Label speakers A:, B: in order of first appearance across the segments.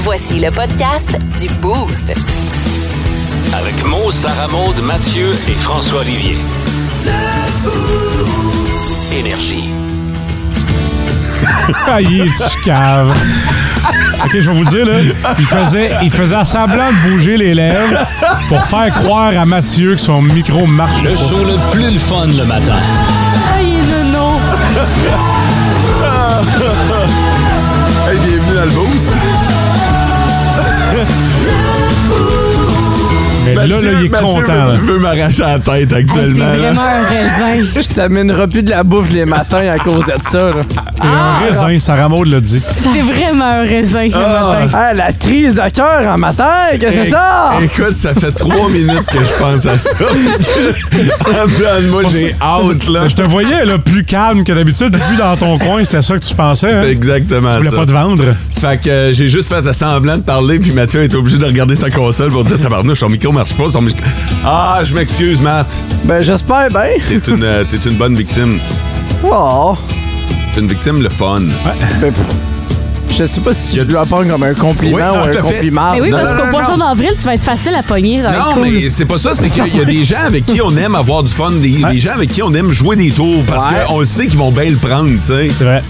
A: Voici le podcast du Boost.
B: Avec Mo, Sarah Maud, Mathieu et François Olivier. Énergie.
C: Ah, il est du cave. OK, je vais vous le dire, là, il faisait, il faisait semblant de bouger les lèvres pour faire croire à Mathieu que son micro marche.
B: Le show le plus le fun le matin.
D: Aïe, le nom.
E: Hey, bienvenue dans le boost.
C: Mais là, là, il est
E: Mathieu
C: content. là.
E: veut, veut m'arracher la tête
D: Hey, Ah, T'es
E: actuellement. là.
D: vraiment un raisin.
F: Je t'amènerai plus de la bouffe les matins à cause de ça. Là.
C: T'es un
F: Ah,
C: raisin, Sarah Maud l'a dit.
D: Ah, T'es vraiment un raisin. le matin.
F: Ah, la crise de cœur en matin, qu'est-ce que c'est
E: Éc-
F: ça?
E: Écoute, ça fait trois minutes que je pense à ça. en dedans de moi, j'ai out, là.
C: Je te voyais là, plus calme que d'habitude, plus dans ton coin, c'était ça que tu pensais. Hein? Tu
E: Exactement
C: voulais
E: ça.
C: pas te vendre.
E: Fait que euh, j'ai juste fait semblant de parler, puis Mathieu est obligé de regarder sa console pour dire Tabarnouche, son micro marche pas, son micro. Ah, je m'excuse, Matt.
F: Ben, j'espère bien.
E: T'es une, euh, t'es une bonne victime.
F: Oh,
E: T'es une victime, le fun.
F: ben, je sais pas si
E: Y
F: je
E: a-
F: dois prendre comme un compliment
E: Oui, non, je
F: ou
E: le
F: un
E: fais.
F: compliment.
D: Mais oui,
E: Ah, Non,
D: parce
E: non,
D: qu'au
E: non,
D: poisson
E: non.
D: d'avril, tu vas être facile à pogner. ça va être
E: Non,
D: cool.
E: mais c'est pas ça, c'est qu'il y a des gens avec qui on aime avoir du fun, des, des gens avec qui on aime jouer des tours, parce
F: Ouais.
E: qu'on le sait qu'ils vont bien le prendre, tu sais.
C: C'est vrai.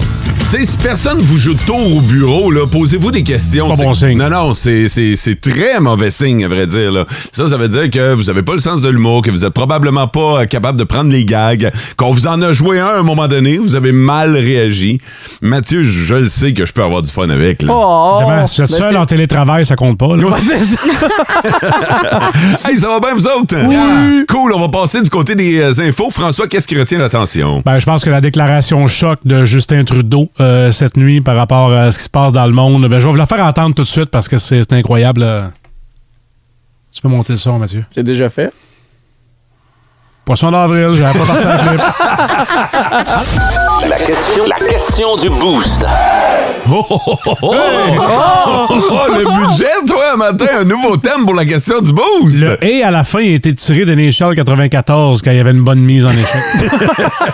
E: Tu sais, si personne vous joue de tour au bureau, là, posez-vous des questions.
C: C'est pas bon signe.
E: Non, non, c'est, c'est, c'est très mauvais signe, à vrai dire. Là. Ça, ça veut dire que vous avez pas le sens de l'humour, que vous êtes probablement pas euh, capable de prendre les gags, qu'on vous en a joué un à un moment donné, vous avez mal réagi. Mathieu, je je le sais que je peux avoir du fun avec. Là.
F: Oh,
C: Évidemment, si vous
F: ben,
C: êtes seul
F: c'est-
C: en télétravail, ça compte pas. là.
F: Ouais, c'est ça.
E: Hey, ça va bien, vous autres? Oui. Cool, on va passer du côté des euh, infos. François, qu'est-ce qui retient l'attention?
C: Ben, je pense que la déclaration choc de Justin Trudeau euh, cette nuit par rapport à ce qui se passe dans le monde, ben, je vais vous la faire entendre tout de suite parce que c'est c'est incroyable. euh. Tu peux monter le son, Mathieu.
F: J'ai déjà fait.
C: Poisson d'avril, j'avais pas pensé à la clip.
B: La question, la question du boost.
E: Oh, oh, oh, oh, oh. Oh, oh, oh, le budget, toi, un matin, un nouveau thème pour la question du boost.
C: Le et à la fin, il a été tiré de l'échelle 94 quand il y avait une bonne mise en échec.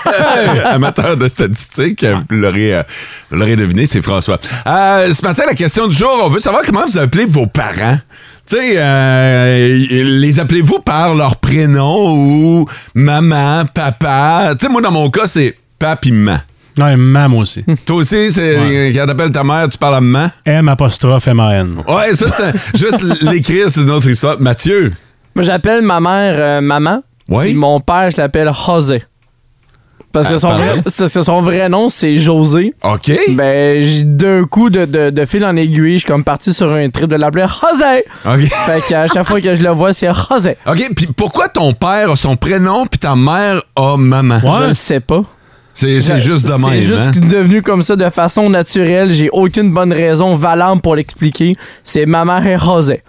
E: Hey, amateur de statistiques, euh, vous l'aurez, euh, vous l'aurez deviné, c'est François. Euh, ce matin, la question du jour, on veut savoir comment vous appelez vos parents. Tu sais, euh, les appelez-vous par leur prénom ou maman, papa? Tu sais, moi, dans mon cas, c'est papiman.
C: Non, et maman aussi.
E: Toi aussi, c'est, quand t'appelles ta mère, tu parles à maman?
C: M apostrophe M A N.
E: Ouais, ça, c'est un- juste l'écrire, c'est une autre histoire. Mathieu,
F: Moi, j'appelle ma mère euh, maman.
E: Oui.
F: Puis mon père, je l'appelle José. Parce que,
E: Ah,
F: son
E: pardon?
F: vrai, parce que son vrai nom, c'est José.
E: OK.
F: Ben, j'ai- d'un coup, de, de, de fil en aiguille, je suis comme parti sur un trip de l'appeler José.
E: OK.
F: Fait qu'à chaque fois que je le vois, c'est José.
E: OK, puis pourquoi ton père a son prénom puis ta mère a maman?
F: Je
C: Ouais.
F: le sais pas.
E: C'est, c'est juste de même,
F: Ben, C'est juste
E: hein?
F: devenu comme ça de façon naturelle. J'ai aucune bonne raison valable pour l'expliquer. C'est ma mère et José.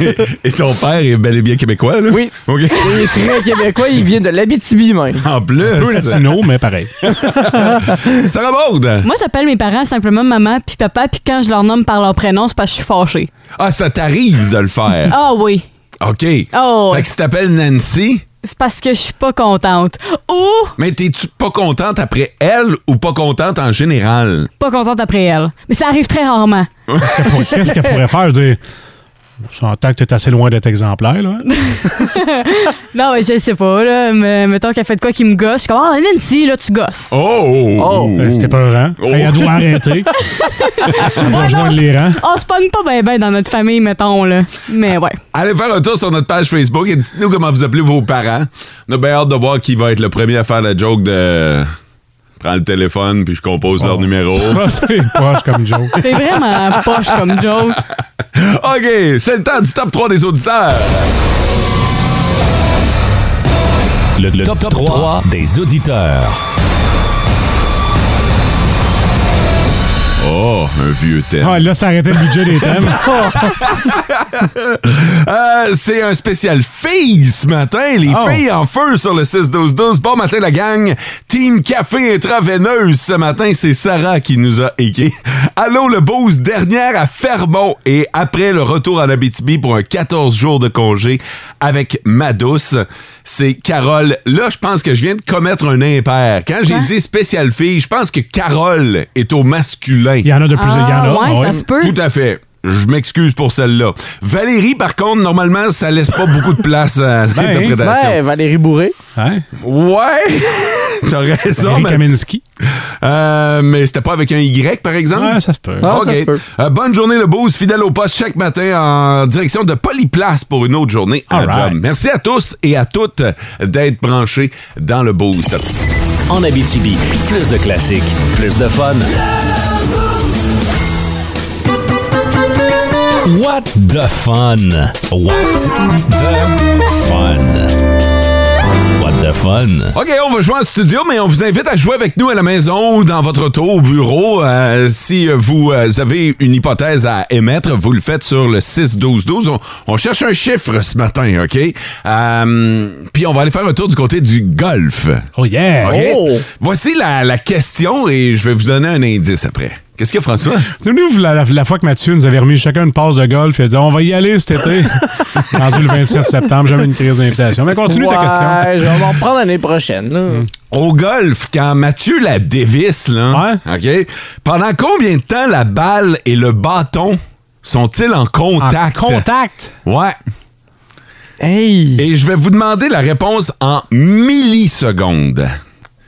E: Et- Et ton père est bel et bien québécois, là?
F: Oui.
E: OK.
F: Il est très québécois, il vient de l'Abitibi même.
E: En
C: Peu
E: plus,
C: latino, mais pareil.
E: ça reborde.
D: Moi, j'appelle mes parents simplement maman puis papa, puis quand je leur nomme par leur prénom, c'est parce que je suis fâchée.
E: Ah, ça t'arrive de le faire.
D: Ah oui.
E: OK.
D: Oh,
E: Fait que si t'appelles Nancy,
D: c'est parce que je suis pas contente. Ou
E: mais t'es-tu pas contente après elle ou pas contente en général?
D: pas contente après elle. Mais ça arrive très rarement.
C: Pour- Qu'est-ce qu'elle pourrait faire? Dire, j'entends que t'es assez loin d'être exemplaire. Là.
D: Non, mais je sais pas, là. Mais mettons qu'elle fait de quoi qui me gosse. Je suis comme, ah, Nancy, là, tu gosses.
E: Oh! oh, oh.
C: Euh, C'était peurant.
E: Oh.
C: Hey, elle doit arrêter. Elle doit rejoindre les rangs.
D: On se pogne Ah, pas bien, ben dans notre famille, mettons, là. Mais ouais.
E: Allez faire un tour sur notre page Facebook et dites-nous comment vous appelez vos parents. On a bien hâte de voir qui va être le premier à faire la joke de... Prends le téléphone, puis je compose leur numéro.
C: Ça, c'est proche comme Joe.
D: C'est vraiment poche comme joke.
E: OK, c'est le temps du top 3 des auditeurs.
B: Le, top, 3, des auditeurs.
E: Oh, un vieux thème.
C: Ah, là, ça arrêtait le budget des thèmes.
E: Euh, c'est un spécial filles ce matin. Les
C: Oh.
E: filles en feu sur le 6-12-12. Bon matin, la gang. Team Café Intraveineuse ce matin. C'est Sarah qui nous a écrit. Allô, le Bose, dernière à Fermont. Et après le retour à la BTB pour un 14 jours de congé avec ma douce, c'est Carole. Là, je pense que je viens de
D: Hein?
E: commettre un impair. Quand j'ai dit spécial filles, je pense que Carole est au masculin.
C: Il y en a de de plus. Il y en a.
D: Ah, ouais,
C: ah
D: ça se peut.
E: Tout à fait. Je m'excuse pour celle-là. Valérie, par contre, normalement, ça laisse pas beaucoup de place à
C: Ben,
E: l'interprétation.
F: Ouais, Valérie Bourré.
C: Hein?
E: Ouais! T'as raison,
C: Eric
E: Mathieu.
C: Kaminski.
E: Euh, mais c'était pas avec un Y, par exemple?
C: Ouais, ça se peut.
F: Ah,
E: OK.
F: ça se peut.
E: Euh, bonne journée, le Boost, fidèle au poste chaque matin en direction de Polyplace pour une autre journée à
C: All right.
E: job. Merci à tous et à toutes d'être branchés dans le Boost.
B: En Abitibi, plus de classiques, plus de fun. What the fun? What the fun? What the fun?
E: OK, on va jouer en studio, mais on vous invite à jouer avec nous à la maison ou dans votre auto, au bureau. Euh, si euh, vous euh, avez une hypothèse à émettre, vous le faites sur le 6-12-12. On, on cherche un chiffre ce matin, OK? Euh, Puis on va aller faire un tour du côté du golf.
C: Oh yeah!
E: OK?
F: Oh!
E: Voici la, la question et je vais vous donner un indice après. Qu'est-ce qu'il y a, François?
C: C'est nous la, la- la fois que Mathieu nous avait remis chacun une passe de golf et a dit on va y aller cet été. Rendu le 27 septembre, jamais une crise d'invitation. Mais continue ta
F: Ouais,
C: question. Hmm.
F: Je vais m'en reprendre l'année prochaine. là.
E: Au golf, quand Mathieu la dévisse, là, OK? Pendant combien de temps la balle et le bâton sont-ils en
C: En
E: contact?
C: Contact.
E: Ouais.
F: Hey!
E: Et je vais vous demander la réponse en millisecondes.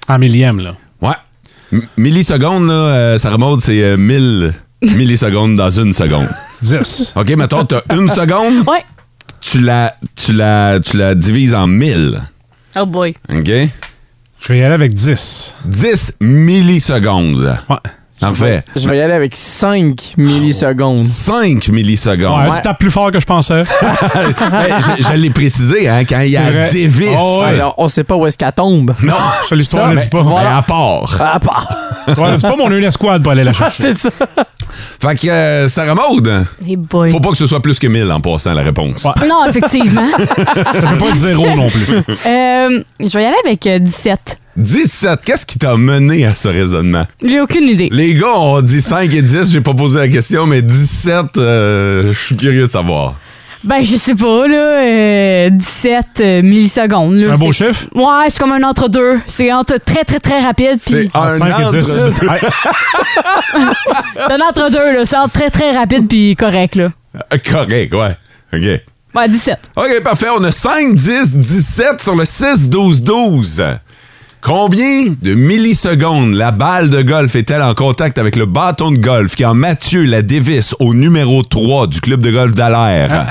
C: En millième, Ah, là.
E: Ouais. M- millisecondes, là, euh, ça remonte, c'est euh, 1000 millisecondes dans une seconde.
C: 10.
E: OK, mettons, t'as une seconde,
D: Ouais.
E: tu la, tu la, tu la divises en 1000.
D: Oh boy.
E: OK?
C: Je vais y aller avec 10.
E: 10 millisecondes.
C: Ouais.
E: En fait,
F: Je vais y aller avec 5 millisecondes.
E: 5
C: Ouais,
E: millisecondes.
C: tu tapes plus fort que je pensais.
E: Ben, je, je l'ai précisé, hein, quand il y
C: C'est
E: a
C: vrai.
E: Davis.
C: Oh, ouais.
F: Alors, on sait pas où est-ce qu'elle tombe.
E: Non,
C: Ça, l'histoire ne
E: mais,
C: dit pas.
E: mais Ben, à part.
F: À part. Ah,
C: L'histoire ne dit pas, mais on a une escouade pour aller la chercher.
F: C'est ça.
E: Fait que euh, Sarah Maud,
D: Hey boy.
E: faut pas que ce soit plus que 1000 en passant la réponse.
C: Ouais.
D: Non, effectivement.
C: Ça peut pas être zéro non plus.
D: Euh, je vais y aller avec euh, 17.
E: 17, qu'est-ce qui t'a mené à ce raisonnement?
D: J'ai aucune idée.
E: Les gars, on dit 5 et 10, j'ai pas posé la question, mais 17, euh, je suis curieux de savoir.
D: Ben, je sais pas, là. euh, 17 euh, millisecondes. Là,
C: Un beau
D: C'est-
C: chiffre?
D: Ouais, c'est comme un entre-deux. C'est entre très, très, très rapide.
E: C'est
D: Puis
E: un
C: Cinq et dix.
E: entre...
C: Ouais.
D: c'est un entre-deux, là. C'est entre très, très rapide, puis correct, là.
E: Euh, Correct, ouais. OK.
D: Ouais, 17.
E: OK, parfait. On a 5, 10, 17 sur le 6, 12, 12. Combien de millisecondes la balle de golf est-elle en contact avec le bâton de golf qui en Mathieu la dévisse au numéro 3 du club de golf d'Alaire?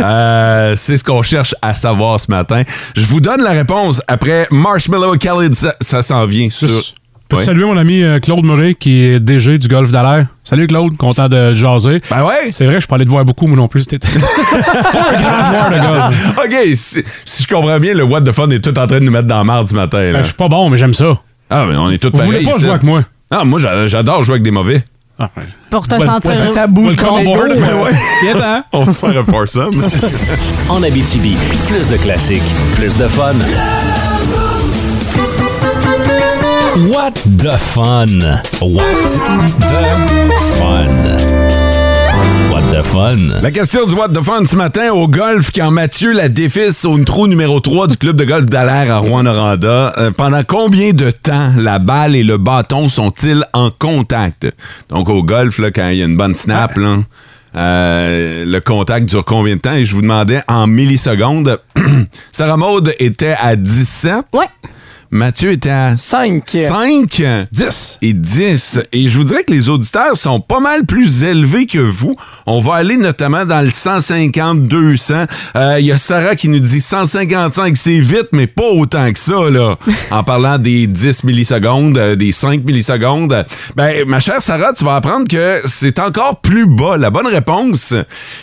E: Euh, c'est ce qu'on cherche à savoir ce matin. Je vous donne la réponse après Marshmallow Khalid. Ça, ça s'en vient sur...
C: Juste- Peux-tu
E: Ouais.
C: saluer mon ami euh, Claude Murray, qui est DG du Golf d'Alaire? Salut Claude, content de jaser.
E: Ben ouais!
C: C'est vrai, je parlais de voir beaucoup, moi non plus. C'était pas un grand joueur de golf.
E: OK, si, si je comprends bien, le what the fun est tout en train de nous mettre dans la marde ce matin. là.
C: Ben, je suis pas bon, mais j'aime ça.
E: Ah, mais on est tous
C: Vous
E: pareils.
C: voulez pas
E: ici.
C: jouer avec moi?
E: Ah, moi, j'a- j'adore jouer avec des mauvais.
C: Ah, ouais.
D: Pour te
C: Ouais,
D: sentir.
C: ouais,
F: Ça bouge
C: Welcome
F: comme les
C: aboard.
F: gros.
C: Ben ouais. Viens-t'en.
E: On va se faire un foursome.
B: En Abitibi, plus de classiques, plus de fun. What the fun? What the fun? What the fun?
E: La question du What the Fun ce matin au golf quand Mathieu la défisse au trou numéro 3 du club de golf d'Alaire à Rouen-Noranda. Euh, pendant combien de temps la balle et le bâton sont-ils en contact? Donc au golf, là, quand il y a une bonne snap, là, euh, le contact dure combien de temps? Et je vous demandais en millisecondes. Sarah Maud était à 17.
D: Ouais.
E: Mathieu était à
F: 5.
E: 5.
C: 10.
E: et 10. Et je vous dirais que les auditeurs sont pas mal plus élevés que vous. On va aller notamment dans le 150, 200. Euh, Il y a Sarah qui nous dit 155, c'est vite, mais pas autant que ça, là. en parlant des 10 millisecondes, euh, des 5 millisecondes. Ben, ma chère Sarah, tu vas apprendre que c'est encore plus bas. La bonne réponse,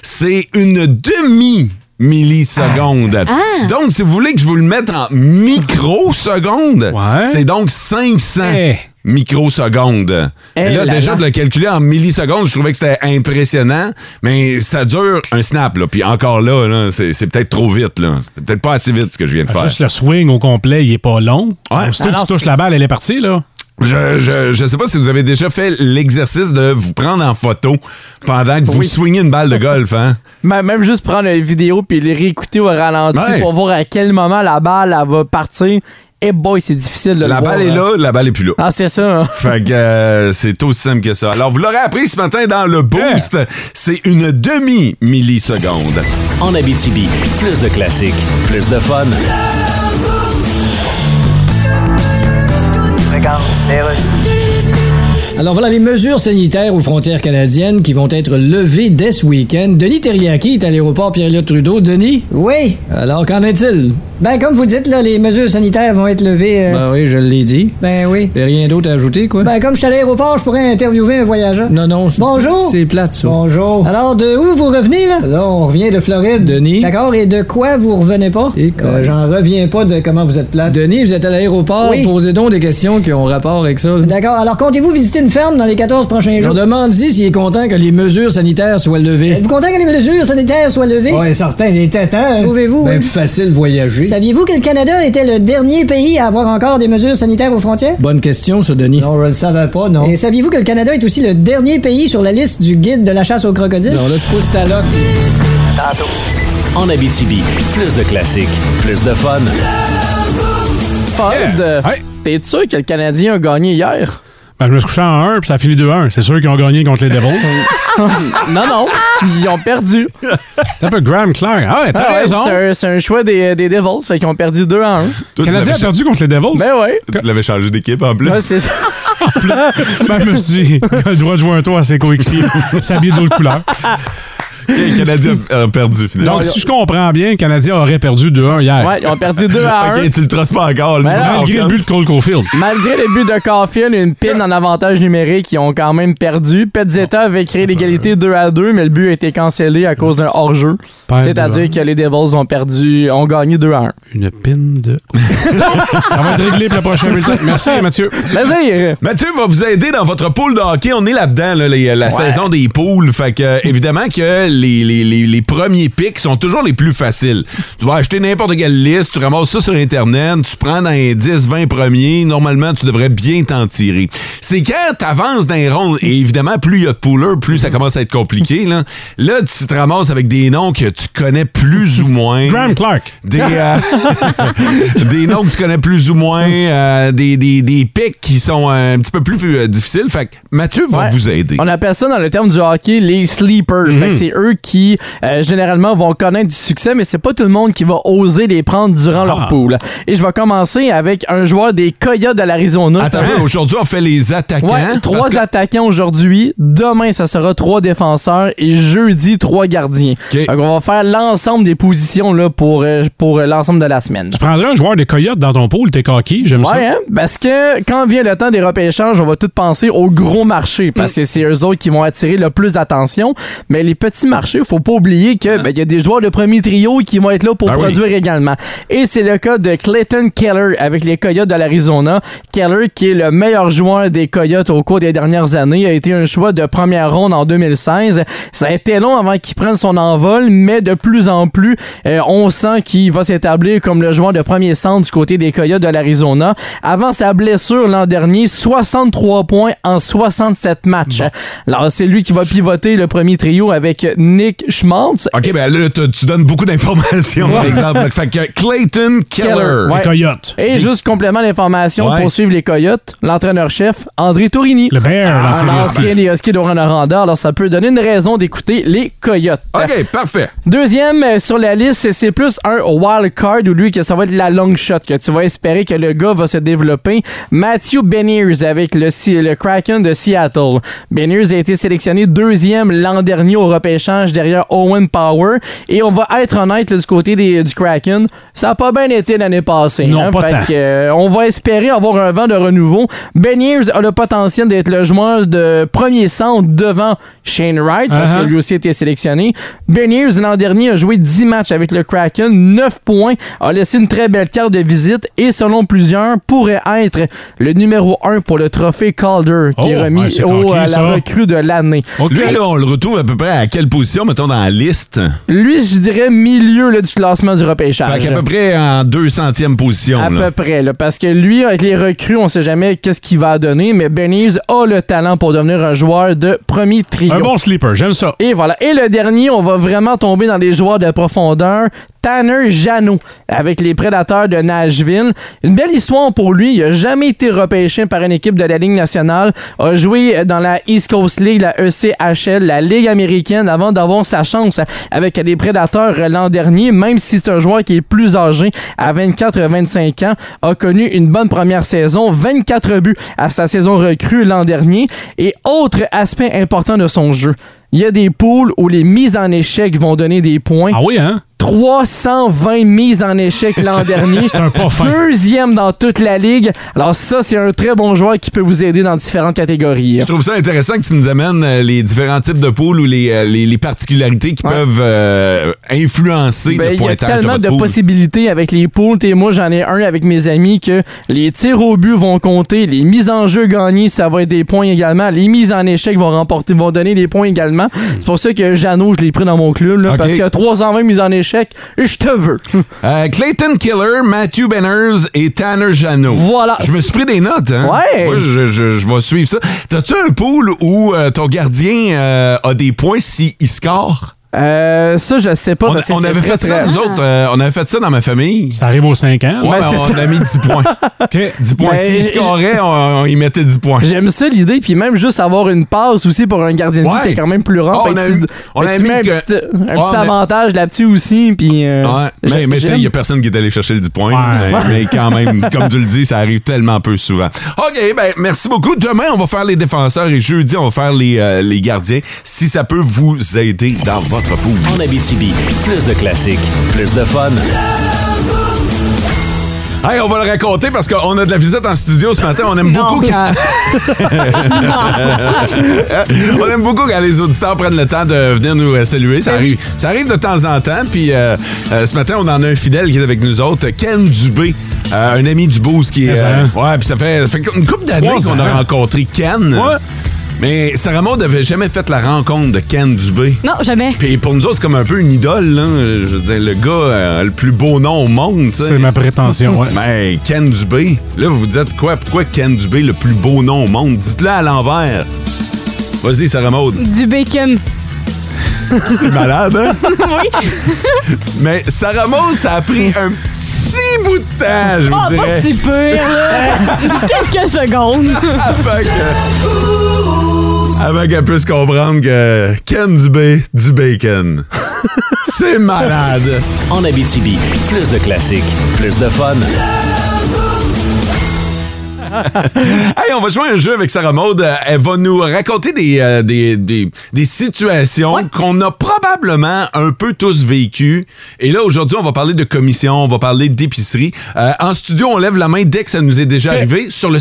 E: c'est une demi milliseconde. Donc, si vous voulez que je vous le mette en microsecondes,
C: Ouais.
E: c'est donc 500
C: Hey.
E: microsecondes.
F: Eh
E: Et là,
F: là
E: déjà,
F: là.
E: de le calculer en millisecondes, je trouvais que c'était impressionnant, mais ça dure un snap, là. Puis encore là, là, c'est c'est peut-être trop vite, là. C'est peut-être pas assez vite ce que je viens de faire.
C: Juste le swing au complet, il est pas long.
E: Ouais.
C: Aussitôt que
F: Alors,
C: tu touches
F: c'est-
C: la balle, elle est partie, là.
E: Je, je, je sais pas si vous avez déjà fait l'exercice de vous prendre en photo pendant que vous
F: Oui.
E: swingez une balle de golf, hein?
F: M- Même juste prendre une vidéo puis les réécouter au ralenti
E: Ouais.
F: pour voir à quel moment la balle elle va partir eh boy, c'est difficile de
E: La
F: le voir. hein.
E: balle est
C: hein.
E: là, la balle est plus là.
F: Ah, c'est ça. hein.
E: Fait que euh, c'est aussi simple que ça. Alors, vous l'aurez appris ce matin dans le boost, c'est une demi-milliseconde.
B: En Abitibi, plus de classiques, plus de fun.
G: Alors voilà les mesures sanitaires aux frontières canadiennes qui vont être levées dès ce week-end. Denis Terriaki est à l'aéroport Pierre-Luc Trudeau. Denis? Oui. Alors qu'en est-il? Ben comme vous dites, là, les mesures sanitaires vont être levées. Ben oui, je l'ai dit. Ben oui. rien d'autre à ajouter, quoi? Ben comme je suis à l'aéroport, je pourrais interviewer un voyageur. Non, non. Bonjour. C'est plate, ça. Bonjour. Alors de où vous revenez, là? Là, on revient de Floride. Denis? D'accord, et de quoi vous revenez pas? Euh, J'en reviens pas de comment vous êtes plate. Denis, vous êtes à l'aéroport. Posez donc des questions qui ont rapport avec ça. D'accord. Alors, comptez-vous visiter une ferme dans les 14 prochains jours? On demande si s'il est content que les mesures sanitaires soient levées. Êtes-vous content que les mesures sanitaires soient levées? Oui, certain. Les tétans. Trouvez-vous? Ben, plus facile voyager. Saviez-vous que le Canada était le dernier pays à avoir encore des mesures sanitaires aux frontières? Bonne question, ça, Denis. Non, je le savais pas, non. Et saviez-vous que le Canada est aussi le dernier pays sur la liste du guide de la chasse aux crocodiles? Non, là, je pousse ta loque.
B: En Abitibi, plus de classiques, plus de fun.
F: Ford, euh,
C: Ouais.
F: t'es sûr que le Canadien a gagné hier?
C: Ben, je me suis couché en 1 puis ça a fini 2-1. C'est sûr qu'ils ont gagné contre les Devils.
F: non, non, ils ont perdu.
C: T'as un peu Graham Clark. Ah, ouais, t'as
F: Ah ouais,
C: raison.
F: c'est un- c'est un, choix des, des Devils, fait qu'ils ont perdu 2 à 1.
C: Le
E: Toi, tu
C: Canadien
E: l'avais
C: a perdu contre les Devils.
F: Ben ouais.
E: cha- tu l'avais changé d'équipe en plus.
F: Ouais, c'est ça.
C: Ben, je me suis dit, il a le droit de jouer un tour à ses coéquipiers, s'habiller d'autres couleurs.
E: Le Canadien a perdu finalement.
C: Donc, si je comprends bien, le Canadien aurait perdu 2-1 hier.
F: Ouais, ils ont perdu 2 à 1.
E: ok, tu le trosses pas encore.
F: Ben,
E: là,
C: Malgré le but de Cole Caulfield.
F: Malgré le but de Caulfield et une pin en avantage numérique, ils ont quand même perdu. Petzetta avait créé l'égalité 2 à 2, mais le but a été cancellé à cause d'un hors-jeu.
C: Perdre
F: C'est-à-dire que les Devils ont perdu, ont gagné 2 à 1.
C: Une pine de. ça va être réglé pour la prochaine bulletin. Merci, Mathieu.
F: Plaisir!
E: Mathieu va vous aider dans votre pool de hockey. On est là-dedans, là, les- la saison des poules. Fait que, euh, évidemment que les, les- les- les premiers pics sont toujours les plus faciles. Tu vas acheter n'importe quelle liste, tu ramasses ça sur Internet, tu prends dans les 10, 20 premiers. Normalement, tu devrais bien t'en tirer. C'est quand tu avances dans les rondes, et évidemment, plus il y a de poolers, plus ça commence à être compliqué. Là, là tu te ramasses avec des noms que tu connais plus ou moins.
C: Graham Clark.
E: Des, euh, des noms que tu connais plus ou moins, euh, des, des, des pics qui sont euh, un petit peu plus euh, difficiles. Fait que Mathieu va
F: Ouais.
E: vous aider. Mhm.
F: On appelle ça dans le terme du hockey les sleepers. Fait que c'est eux qui euh, généralement vont connaître du succès, mais c'est pas tout le monde qui va oser les prendre durant leur
E: Ah.
F: pool. Et je vais commencer avec un joueur des Coyotes de l'Arizona.
E: Attends, aujourd'hui, on fait les attaquants.
F: Ouais,
E: parce
F: trois
E: que-
F: attaquants aujourd'hui. Demain, ça sera trois défenseurs et jeudi, trois gardiens.
E: OK.
F: Donc, on va faire l'ensemble des positions là, pour, euh, pour euh, l'ensemble de la semaine.
C: Tu prendrais un joueur des Coyotes dans ton pool, t'es coquille, j'aime
F: Ouais,
C: ça.
F: hein? parce que quand vient le temps des repêchages, on va tout penser au gros marché parce que c'est eux autres qui vont attirer le plus d'attention. Mais les petits marchés, faut pas oublier que ben, y a des joueurs de premier trio qui vont être là pour
E: Ben oui.
F: produire également. Et c'est le cas de Clayton Keller avec les Coyotes de l'Arizona. Keller, qui est le meilleur joueur des Coyotes au cours des dernières années, a été un choix de première ronde en 2016. Ça a été long avant qu'il prenne son envol, mais de plus en plus, euh, on sent qu'il va s'établir comme le joueur de premier centre du côté des Coyotes de l'Arizona. Avant sa blessure l'an dernier, 63 points en 67 matchs. Alors, c'est lui qui va pivoter le premier trio avec Nick Schmaltz.
E: OK, ben là, tu tu donnes beaucoup d'informations, par exemple. Fait que Clayton Keller.
F: Keller, ouais.
C: Coyotes.
F: Et juste complément d'information
E: Ouais.
F: pour suivre les Coyotes, l'entraîneur-chef André Tourigny.
C: Le Bear,
F: Ah,
C: l'ancien
F: L'ancien des Huskies d'Oranaranda, alors ça peut donner une raison d'écouter les Coyotes.
E: OK, parfait.
F: Deuxième euh, sur la liste, c'est- c'est plus un wild card où lui que ça va être la long shot que tu vas espérer que le gars va se développer. Matthew Beniers avec le, Si- le Kraken de Seattle. Beniers a été sélectionné deuxième l'an dernier au repêchage derrière Owen Power et on va être honnête là, du côté des- du Kraken, ça a pas bien été l'année passée.
C: Non, pas
F: Fait
C: tant.
F: que, euh, on va espérer avoir un vent de renouveau. Beniers a le potentiel d'être le joueur de premier centre devant Shane Wright parce
C: Uh-huh.
F: que lui aussi a été sélectionné. Beniers, l'an dernier, a joué 10 matchs avec le Kraken, 9 points, a laissé une très belle carte de visite et, selon plusieurs, pourrait être le numéro 1 pour le trophée Calder qui est
C: Oh,
F: remis
C: ouais, c'est
F: au,
C: conquis,
F: à la
C: ça.
F: recrue de l'année.
C: OK.
E: Lui, là, on le retrouve à peu près à quelle position, mettons, dans la liste?
F: Lui, je dirais milieu là, du classement du
E: Fait
F: repêchage.
E: qu'à
F: là.
E: peu près en 200e position.
F: À
E: là.
F: peu près, là, parce que lui, avec les recrues, on sait jamais qu'est-ce qu'il va donner, mais Benny's a le talent pour devenir un joueur de premier trio.
C: Un bon sleeper, j'aime ça.
F: Et voilà. Et le dernier, on va vraiment tomber dans les joueurs de profondeur. Tanner Janot, avec les Prédateurs de Nashville. Une belle histoire pour lui. Il n'a jamais été repêché par une équipe de la Ligue nationale. A joué dans la East Coast League, la E ECHL, la Ligue américaine, avant d'avoir sa chance avec les Prédateurs l'an dernier. Même si c'est un joueur qui est plus âgé, à 24-25 ans, a connu une bonne première saison, 24 buts à sa saison recrue l'an dernier. Et autre aspect important de son jeu. Il y a des poules où les mises en échec vont donner des points.
C: Ah oui, hein?
F: 320 mises en échec l'an dernier.
C: C'est un pas fin.
F: Deuxième dans toute la ligue. Alors ça, c'est un très bon joueur qui peut vous aider dans différentes catégories.
E: Je trouve ça intéressant que tu nous amènes euh, les différents types de poules ou les, euh, les, les particularités qui peuvent euh, influencer
F: Ben, il
E: le
F: y a
E: pointage
F: tellement
E: de
F: de,
E: votre poule.
F: possibilités avec les poules. Et moi, j'en ai un avec mes amis que les tirs au but vont compter, les mises en jeu gagnées, ça va être des points également. Les mises en échec vont remporter, vont donner des points également. C'est pour ça que Jeannot, je l'ai pris dans mon club, là,
E: Ok.
F: parce qu'il y a 320 mises en échec. Je te veux.
E: Euh, Clayton Killer, Matthew Benners et Tanner Janot.
F: Voilà.
E: Je me suis pris des notes. Hein?
F: Ouais.
E: Moi, je, je, je vais suivre ça. T'as-tu un pool où euh, ton gardien euh, a des points s'il score?
F: Euh, ça, je sais pas.
E: On,
F: parce que
E: on
F: c'est
E: avait
F: très,
E: fait
F: très-
E: ça, nous autres. euh, on avait fait ça dans ma famille.
C: Ça arrive aux 5 ans.
E: Ouais,
F: Ben,
E: ben,
F: c'est
E: on
F: ça.
E: a mis 10 points.
C: OK.
E: 10 points.
F: Ben,
E: S'il
F: je-
E: scorait, on, on y mettait 10 points.
F: J'aime ça l'idée, puis même juste avoir une passe aussi pour un gardien de but,
E: Ouais.
F: c'est quand même plus rare.
E: Ah,
F: Fait
E: on
F: que
E: a
F: tu-
E: eu-
F: fait
E: on a
F: que tu
E: mis
F: mets un
E: que-
F: petit, un
E: Ah,
F: petit
E: on a-
F: avantage là-dessus aussi, puis. euh,
E: Ouais,
F: j'a-
E: mais, mais tu sais, il n'y a
F: j'aime.
E: personne qui est allé chercher le 10 points.
C: Ouais.
E: Mais, mais quand même, comme tu le dis, ça arrive tellement peu souvent. OK, ben merci beaucoup. Demain, on va faire les défenseurs et jeudi, on va faire les, euh, les gardiens. Si ça peut vous aider dans votre pool.
B: En Abitibi, plus de classiques, plus de fun.
E: Hey, on va le raconter parce qu'on a de la visite en studio ce matin. On aime beaucoup quand. on aime beaucoup quand les auditeurs prennent le temps de venir nous euh, saluer.
C: Ben
E: Ça arrive, ça arrive de temps en temps. Puis euh, euh, ce matin, on en a un fidèle qui est avec nous autres, Ken Dubé, euh, un ami du Boost qui est.
C: Ça,
E: euh,
C: hein?
E: ouais, puis ça fait, ça fait une couple d'années
C: Trois
E: qu'on a
C: ans.
E: rencontré Ken.
C: Ouais.
E: Mais Sarah Maud n'avait jamais fait la rencontre de Ken Dubé.
D: Non, jamais.
E: Puis pour nous autres, c'est comme un peu une idole. Là. Je veux dire, le gars euh, a le plus beau nom au monde. tu sais.
C: C'est ma prétention, ouais.
E: Mais Ken Dubé, là, vous vous dites quoi? Pourquoi Ken Dubé, le plus beau nom au monde? Dites-le à l'envers. Vas-y, Sarah Maud.
D: Du bacon.
E: C'est malade, hein? Mais Sarah Maud, ça a pris un petit bout de temps, Ah, je vous
D: Oh, pas
E: dirais.
D: super, là. Quelques secondes.
E: Avant Ah, que... Avant qu'elle puisse comprendre que Ken Dubé, du bacon. C'est malade.
B: En Abitibi, plus de classiques, plus de fun.
E: Hey, on va jouer à un jeu avec Sarah Maud. Euh, Elle va nous raconter des, euh, des, des, des situations qu'on a probablement un peu tous vécues. Et là, aujourd'hui, on va parler de commission, on va parler d'épicerie. Euh, en studio, on lève la main dès que ça nous est déjà arrivé sur le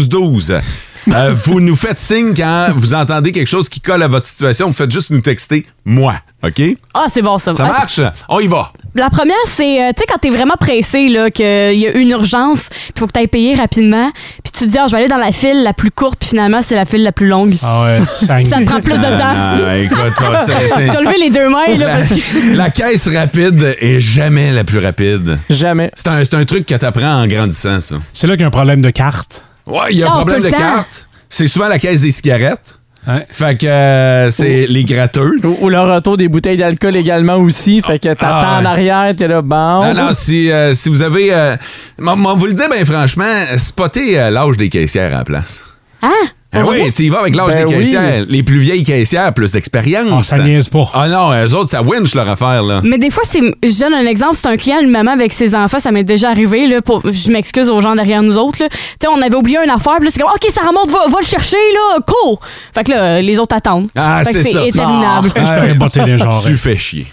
E: 6-12-12. Euh, vous nous faites signe quand vous entendez quelque chose qui colle à votre situation. Vous faites juste nous texter « moi ». OK?
D: Ah, c'est bon, ça.
E: Ça
D: Ok.
E: marche? On y va.
D: La première, c'est, euh, tu sais, quand t'es vraiment pressé, là, qu'il y a une urgence, puis faut que t'ailles payer rapidement, puis tu te dis, ah, je vais aller dans la file la plus courte, puis finalement, c'est la file la plus longue.
C: Ah ouais, 5.
D: Puis ça te prend plus de
E: Ah,
D: temps.
E: écoute, ça, c'est-
D: Tu
E: c'est-
D: as levé les deux mains, Ah, là,
E: la,
D: parce que.
E: la caisse rapide est jamais la plus rapide.
F: Jamais.
E: C'est un, c'est un truc que t'apprends en grandissant, ça.
C: C'est là qu'il y a un problème de carte.
E: Ouais, il y a
H: Ah,
E: un
D: Non,
E: problème
D: tout
E: de
D: le temps.
E: carte. C'est souvent la caisse des cigarettes.
C: Ouais.
E: Fait que euh, c'est les gratteux.
F: Ou, ou le retour des bouteilles d'alcool également aussi. Fait que t'attends
E: Ah, ouais.
F: en arrière, t'es là, bon.
E: Non, non, si, euh, si vous avez... euh, m'en- m'en vous le dire, ben franchement, spottez euh, l'âge des caissières à la place.
D: Hein?
E: Ah oui, tu y vas avec l'âge
F: Ben
E: des
F: oui.
E: caissières. Les plus vieilles caissières, plus d'expérience.
C: Ah, ça niaise pas.
E: Ah non, eux autres, ça winch leur affaire, là.
D: Mais des fois, c'est, je donne un exemple, c'est un client, une maman avec ses enfants, ça m'est déjà arrivé, là, pour, je m'excuse aux gens derrière nous autres, là. Tu sais, on avait oublié une affaire, puis là, c'est comme, OK, ça remonte, va, va le chercher, là, cours! Fait que là, les autres attendent.
E: Ah,
D: fait que
E: c'est ça. Ah.
D: c'est interminable.
C: Je t'aurais botté les genres. hein.
E: Tu fais chier.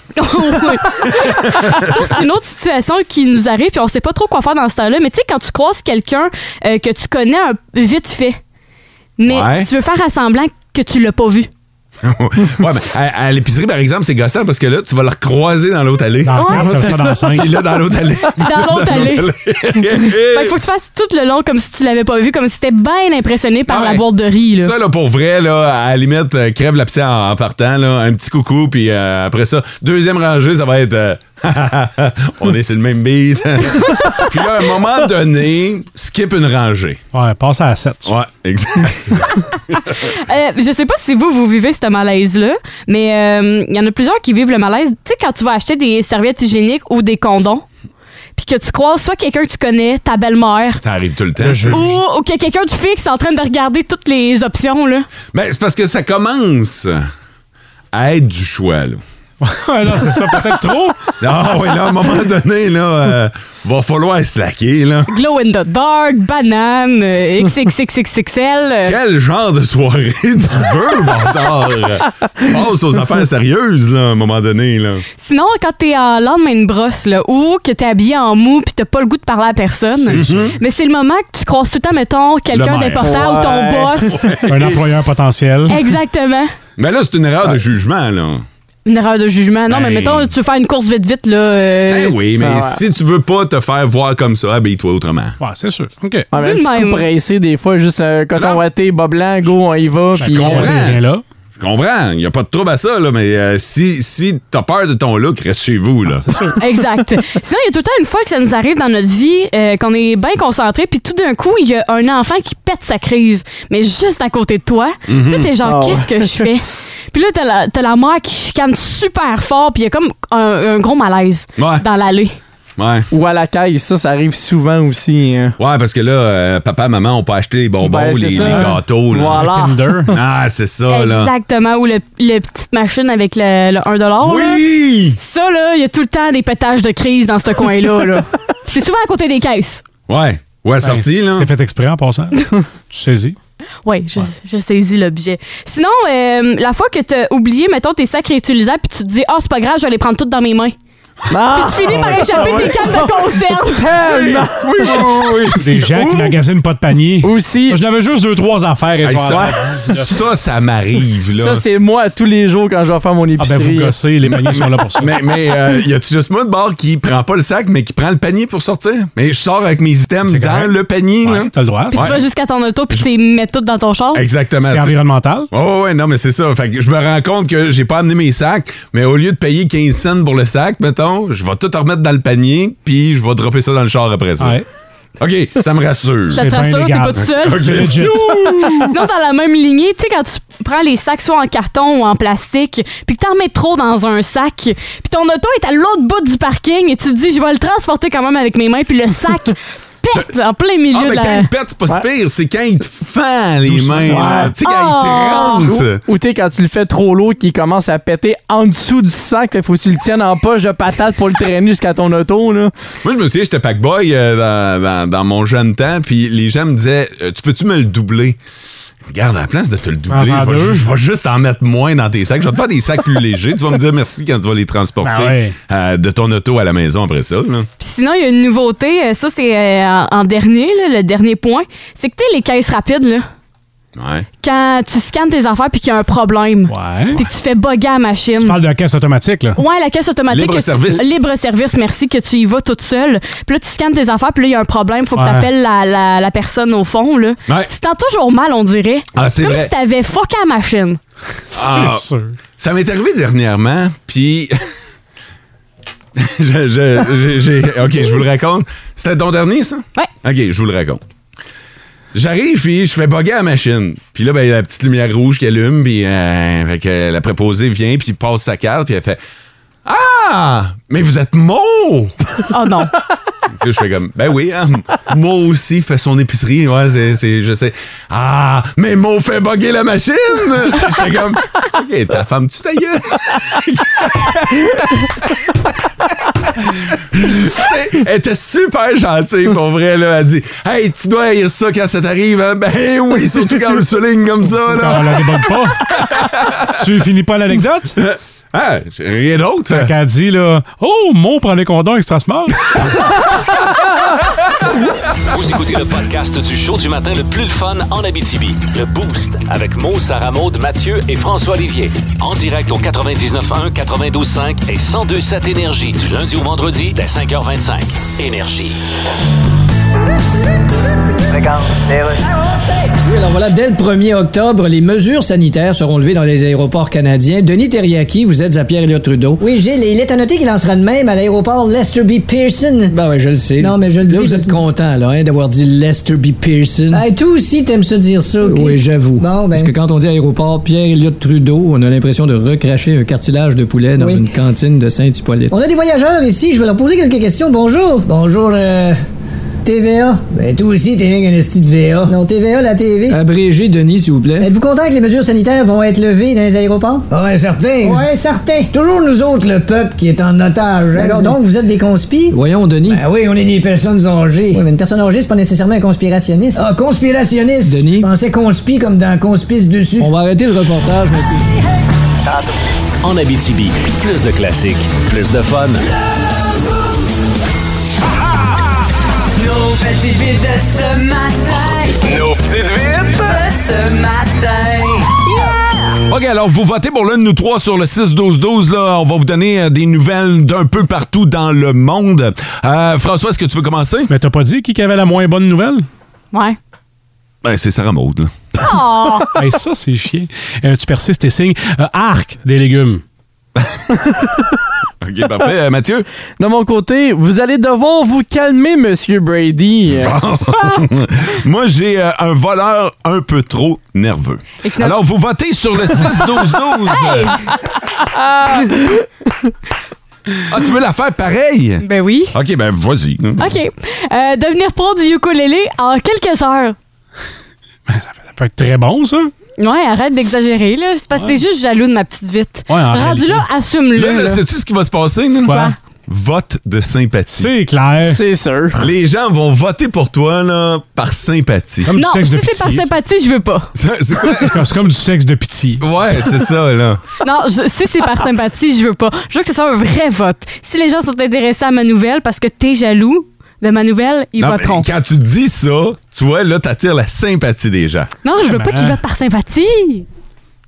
D: ça, c'est une autre situation qui nous arrive, puis on sait pas trop quoi faire dans ce temps-là. Mais tu sais, quand tu croises quelqu'un euh, que tu connais un- vite fait, mais
E: Ouais.
D: tu veux faire à semblant que tu l'as pas vu.
E: ouais, mais à, à l'épicerie, par exemple, c'est gossant parce que là, tu vas le recroiser dans l'autre allée.
C: Dans le
D: Ouais,
C: quatre, comme
F: c'est
C: ça, dans le cinq.
E: Puis là, dans l'autre allée.
D: Dans l'autre allée. Fait
E: allée.
D: qu'il faut que tu fasses tout le long comme si tu l'avais pas vu, comme si t'étais bien impressionné par
E: Ah
D: la
E: ouais.
D: boîte de riz. Là.
E: Ça, là, pour vrai, là, à la limite, euh, crève l'abcès en, en partant, là, un petit coucou, puis euh, après ça, deuxième rangée, ça va être euh, on est sur le même beat. puis là, à un moment donné, skip une rangée.
C: Ouais, passe à 7.
E: Ouais, exact.
D: Euh, je sais pas si vous, vous vivez ce malaise-là, mais euh, il y en a plusieurs qui vivent le malaise. Tu sais, quand tu vas acheter des serviettes hygiéniques ou des condoms, puis que tu croises soit quelqu'un que tu connais, ta belle-mère,
E: Ça arrive tout le temps.
C: Le jeu.
D: ou, ou que quelqu'un du fixe est en train de regarder toutes les options, là.
E: Mais Ben, c'est parce que ça commence à être du choix, là.
C: Ouais, non, c'est ça, peut-être trop.
E: Ah oui, là, à un moment donné, là, euh, va falloir slacker, là.
D: Glow in the dark, banane, euh, XXXXXL. euh,
E: Quel genre de soirée tu veux, bâtard? Passe aux affaires sérieuses, là, à un moment donné, là.
D: Sinon, quand t'es en lendemain de brosse, là, ou que t'es habillé en mou puis t'as pas le goût de parler à personne, mais c'est le moment que tu croises tout le temps, mettons, quelqu'un
C: maire.
D: d'important ou ton
F: Ouais.
D: boss.
C: Un employeur potentiel.
D: Exactement.
E: Mais là, c'est une erreur de jugement, là.
D: Une erreur de jugement. Non, mais
E: Ben-
D: mettons, tu veux faire une course vite, vite, là. euh,
E: Eh oui, mais
F: Ah ouais.
E: si tu veux pas te faire voir comme ça, habille-toi autrement.
C: Ouais, c'est sûr. OK.
F: Ouais, mais
D: Vu
F: un
D: de
F: petit
D: même.
F: coup pressé, des fois, juste un coton
E: Non.
F: ouaté, bas blanc, go, on y va.
C: Je
F: puis,
E: comprends.
C: comprends.
F: euh,
C: rien là.
E: Je comprends, il a pas de trouble à ça, là, mais euh, si, si t'as peur de ton look, reste chez vous,
C: Ah,
E: là.
D: Exact. Sinon, il y a tout le temps une fois que ça nous arrive dans notre vie, euh, qu'on est bien concentré, puis tout d'un coup, il y a un enfant qui pète sa crise, mais juste à côté de toi.
E: Mhm.
D: Puis Là, t'es genre,
F: Ah ouais.
D: qu'est-ce que je fais? Puis là, t'as la, t'as la mère qui chicane super fort, puis il y a comme un, un gros malaise
E: Ouais.
D: dans l'allée.
E: Ouais.
F: Ou à la caisse, ça, ça arrive souvent aussi. hein.
E: Ouais, parce que là, euh, papa, maman, on peut acheter les bonbons,
F: Ben, c'est
E: les, les
F: ça.
E: gâteaux, là.
F: Voilà. Ah.
C: Kinder.
E: Ah, c'est ça, là.
D: Exactement, ou le, le petite machine avec le, le 1 là.
E: Oui!
D: Ça, là, il y a tout le temps des pétages de crise dans ce coin-là. Là. Puis c'est souvent à côté des caisses.
E: Ouais. Ouais, sorti, là.
C: Ben, C'est fait exprès en passant. tu saisis.
D: Oui, je, je saisis l'objet. Sinon, euh, la fois que t'as oublié, mettons, tes sacs réutilisables, puis tu te dis, ah, c'est pas grave, je vais les prendre toutes dans mes mains.
F: Ah!
D: Tu finis par échapper tes cannes de conserve.
F: Tellement!
E: Oui, oui, oui.
C: Des gens qui magasinent pas de panier.
F: Aussi,
C: Je n'avais juste deux, trois affaires. et
E: Hey,
C: je vais
E: ça,
C: en-
E: ça, ça m'arrive, là.
F: ça, c'est moi tous les jours quand je vais faire mon
C: Ah ben vous
F: épicerie.
C: gossez, les paniers sont là pour ça.
E: mais mais euh, y a-tu juste moi de bord qui prend pas le sac, mais qui prend le panier pour sortir? Mais je sors avec mes items
C: C'est
E: dans
C: correct.
E: le panier, là.
C: Ouais, t'as le droit.
D: Puis tu vas jusqu'à ton auto, puis tu les mets toutes dans ton char.
E: Exactement.
C: C'est
E: tu sais.
C: environnemental.
E: Ouais, ouais, ouais, non, mais c'est ça. Fait que je me rends compte que j'ai pas amené mes sacs, mais au lieu de payer 15 cents pour le sac, mettons, je vais tout remettre dans le panier, puis je vais dropper ça dans le char après ça.
C: Ouais.
E: OK, ça me rassure.
D: Ça te
C: c'est bien
D: rassure, t'es pas
C: légal.
D: tout seul.
E: Ok.
C: C'est legit.
D: Sinon, dans la même lignée, tu sais, quand tu prends les sacs soit en carton ou en plastique, puis que t'en mets trop dans un sac, puis ton auto est à l'autre bout du parking et tu te dis, je vais le transporter quand même avec mes mains, puis le sac pète en plein milieu
E: Ah, mais
D: de
E: quand
D: la.
E: il pète, c'est pas si
F: Ouais.
E: pire, c'est quand il te fend les mains. là. euh, Tu sais,
D: Ah!
E: quand
D: Oh!
E: il te rentre.
F: Ou t'es quand tu le fais trop lourd qui commence à péter en dessous du sac, fait faut que tu le tiennes en poche de patate pour le traîner jusqu'à ton auto là.
E: Moi, je me souviens, j'étais pack-boy euh, dans, dans- dans mon jeune temps, puis les gens me disaient euh, Tu peux-tu me le doubler Regarde, à la place de te le doubler,
C: Prends-en
E: je vais,
C: deux.
E: ju- je vais juste en mettre moins dans tes sacs. Je vais te faire des sacs plus légers. Tu vas me dire merci quand tu vas les transporter
C: Ben ouais.
E: euh, de ton auto à la maison après ça. là.
D: Puis sinon, il y a une nouveauté, euh, ça c'est euh, en, en dernier, là, le dernier point, c'est que tu les caisses rapides, là,
E: Ouais.
D: quand tu scannes tes affaires puis qu'il y a un problème,
C: Ouais.
D: puis que tu fais bugger la machine.
C: Tu parles de caisse automatique, là.
D: Ouais, la caisse automatique.
E: Libre
D: que tu-
E: service.
D: Libre service, merci, que tu y vas toute seule. Puis là, tu scannes tes affaires, puis là, il y a un problème, faut que
C: Ouais.
D: tu appelles la, la, la personne au fond, là.
E: Ouais.
D: Tu t'entends toujours mal, on dirait.
E: Ah, c'est
D: Comme
E: vrai.
D: si t'avais fucké la machine.
E: Ah.
C: C'est sûr.
E: Ça m'est arrivé dernièrement, puis. je, je- j'ai- j'ai- ok, je vous le raconte. C'était ton dernier, ça?
D: Ouais.
E: Ok, je vous le raconte. J'arrive, puis je fais bugger la machine. Puis là, ben, il y a la petite lumière rouge qui allume, puis euh, fait que la préposée vient, puis passe sa carte, puis elle fait Ah! Mais vous êtes mot!
D: Oh non.
E: Puis là, je fais comme, ben oui, hein, Mo aussi fait son épicerie, ouais, c'est, c'est- je sais. Ah, mais Mo fait bugger la machine! Je fais comme, ok, ta femme, tu ta gueule? C'est- Elle était super gentille, pour vrai, là. Elle dit, hey, tu dois haïr ça quand ça t'arrive, hein? Ben oui, surtout quand on le souligne comme ça,
C: Quand
E: là.
C: on la débug pas. tu finis pas l'anecdote?
E: Ah, j'ai rien d'autre.
C: Quand elle dit, là, oh, mon, prenez condom extra small.
B: Vous écoutez le podcast du show du matin le plus le fun en Abitibi. Le Boost avec Mo, Sarah Maud, Mathieu et François Olivier. En direct au 99.1, 92.5 et 102.7 Énergie du lundi au vendredi dès 5h25. Énergie.
G: Oui, alors voilà, dès le 1er octobre, les mesures sanitaires seront levées dans les aéroports canadiens. Denis Terriaki, vous êtes à Pierre-Éliott Trudeau.
I: Oui, Gilles, et il est à noter qu'il en sera de même à l'aéroport Lester B. Pearson.
G: Ben oui, je le sais.
I: Non, mais je le
G: Là,
I: dis,
G: vous
I: je-
G: êtes content, là, hein, d'avoir dit Lester B. Pearson.
I: Ben, toi aussi, t'aimes ça dire ça, ok?
G: Oui, j'avoue.
I: Bon, ben.
G: Parce que quand on dit aéroport Pierre-Éliott Trudeau, on a l'impression de recracher un cartilage de poulet dans
I: Oui.
G: une cantine de Saint-Hippolyte.
I: On a des voyageurs ici, je vais leur poser quelques questions. Bonjour. Bonjour, euh, TVA. Ben, toi aussi, t'es rien qu'un esti de VA. Non, TVA, la TV.
G: Abrégé, Denis, s'il vous plaît. Ah,
I: Êtes-vous content que les mesures sanitaires vont être levées dans les aéroports?
G: Ouais, certain.
I: Ouais, certain.
G: Toujours nous autres, le peuple, qui est en otage. hein.
I: D'accord, donc vous êtes des conspires?
G: Voyons, Denis.
I: oui, on est des personnes âgées. Oui, mais une personne âgée, c'est pas nécessairement un conspirationniste. Ah, conspirationniste!
G: Denis?
I: Je pensais conspi comme dans conspice dessus.
G: On va arrêter le reportage, mais...
B: En Abitibi, plus de classiques, plus de fun.
I: ah.
H: Nos petites vites de ce matin.
B: Nos petites vites.
H: De ce matin.
E: OK, alors vous votez pour l'un de nous trois sur le 6-12-12. Là, on va vous donner euh, des nouvelles d'un peu partout dans le monde. Euh, François, est-ce que tu veux commencer?
C: Mais t'as pas dit qui qui avait la moins bonne nouvelle?
D: Ouais.
E: Ben, c'est Sarah Maud. là.
C: Hey, ça, c'est chiant. Euh, tu persistes tes signes. Euh, arc des légumes.
E: OK, parfait. Euh, Mathieu?
F: De mon côté, vous allez devoir vous calmer, Monsieur Brady.
C: Ah!
E: Moi, j'ai euh, un voleur un peu trop nerveux.
D: Et finalement-
E: Alors, vous votez sur le 6-12-12. ah, tu veux la faire pareil?
D: Ben oui.
E: OK, ben, vas-y.
D: OK. Euh, devenir pro du ukulélé en quelques heures.
C: Ça peut être très bon, ça.
D: Ouais, arrête d'exagérer, là. C'est parce que c'est juste jaloux de ma petite vite.
C: Ouais, en
D: Rendu
C: réalité.
D: là, assume-le.
E: Là, là,
D: là.
E: sais-tu ce qui va se passer? là?
C: Quoi?
E: Vote de sympathie.
C: C'est clair.
F: C'est sûr.
E: Les gens vont voter pour toi là, par sympathie.
C: Comme
D: Non,
C: du sexe
D: si
C: de
D: c'est par
C: pitié. ça.
D: sympathie, je veux pas.
E: C'est c'est quoi?
C: C'est comme- c'est comme du sexe de pitié.
E: Ouais, c'est ça, là.
D: Non, je- si c'est par sympathie, je veux pas. Je veux que ce soit un vrai vote. Si les gens sont intéressés à ma nouvelle parce que t'es jaloux de ma nouvelle, ils
E: Non, mais
D: voteront.
E: quand tu dis ça, tu vois, là, t'attires la sympathie des gens.
D: Non, je veux pas qu'ils votent par sympathie.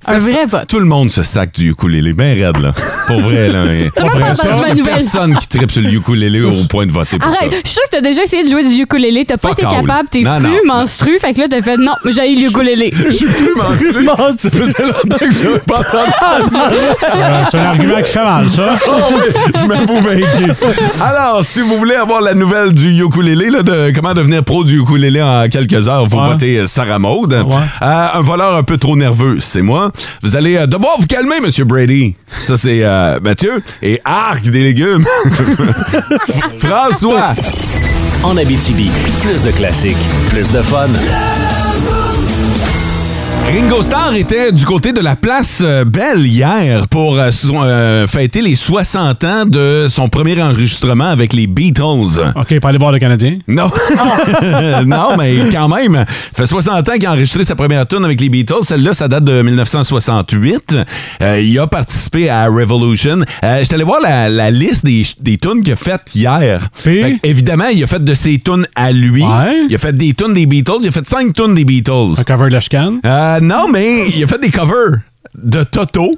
D: Un
E: Personne-
D: vrai vote.
E: Tout le monde se sac du ukulélé, ben raide, là. Pour vrai, là. hein.
D: Tout le monde parle de ma
E: Il y a
D: nouvelle.
E: personne qui tripe sur le ukulélé au point de voter pour
D: Arrête,
E: ça.
D: je suis sûre que t'as déjà essayé de jouer du ukulélé, t'as pas
E: Fuck
D: été
E: all.
D: capable, t'es
E: Non, non.
D: fru, menstru, fait que là t'as fait non, j'ai le ukulélé.
E: suis plus menstrué. Ça faisait longtemps que je n'avais pas entendu ça.
C: Euh, c'est un argument qui fait mal, ça.
D: Oh,
E: Je m'avoue vaincu. Alors, si vous voulez avoir la nouvelle du ukulélé, là, de comment devenir pro du ukulélé en quelques heures, vous
C: Ouais.
E: votez euh, Sarah Maud. Euh, un voleur un peu trop nerveux, c'est moi. Vous allez euh, devoir vous calmer, Monsieur Brady. Ça, c'est euh, Mathieu. Et Arc des légumes. François.
B: En Abitibi, plus de classiques, plus de fun.
E: Ringo Starr était du côté de la place euh, Belle hier pour euh, son- euh, fêter les 60 ans de son premier enregistrement avec les Beatles.
C: OK, pour aller voir le Canadien.
E: Non. non, mais quand même. Ça fait 60 ans qu'il a enregistré sa première tune avec les Beatles. Celle-là, ça date de 1968. Euh, il a participé à Revolution. Euh, je suis allé voir la, la liste des, des tunes qu'il a faites hier.
C: Puis?
E: Fait que, évidemment, il a fait de ses tunes à lui.
C: Ouais.
E: Il a fait des tunes des Beatles. Il a fait cinq tunes des Beatles.
C: Un cover de la chicane.
E: Euh, non, mais il a fait des covers de Toto.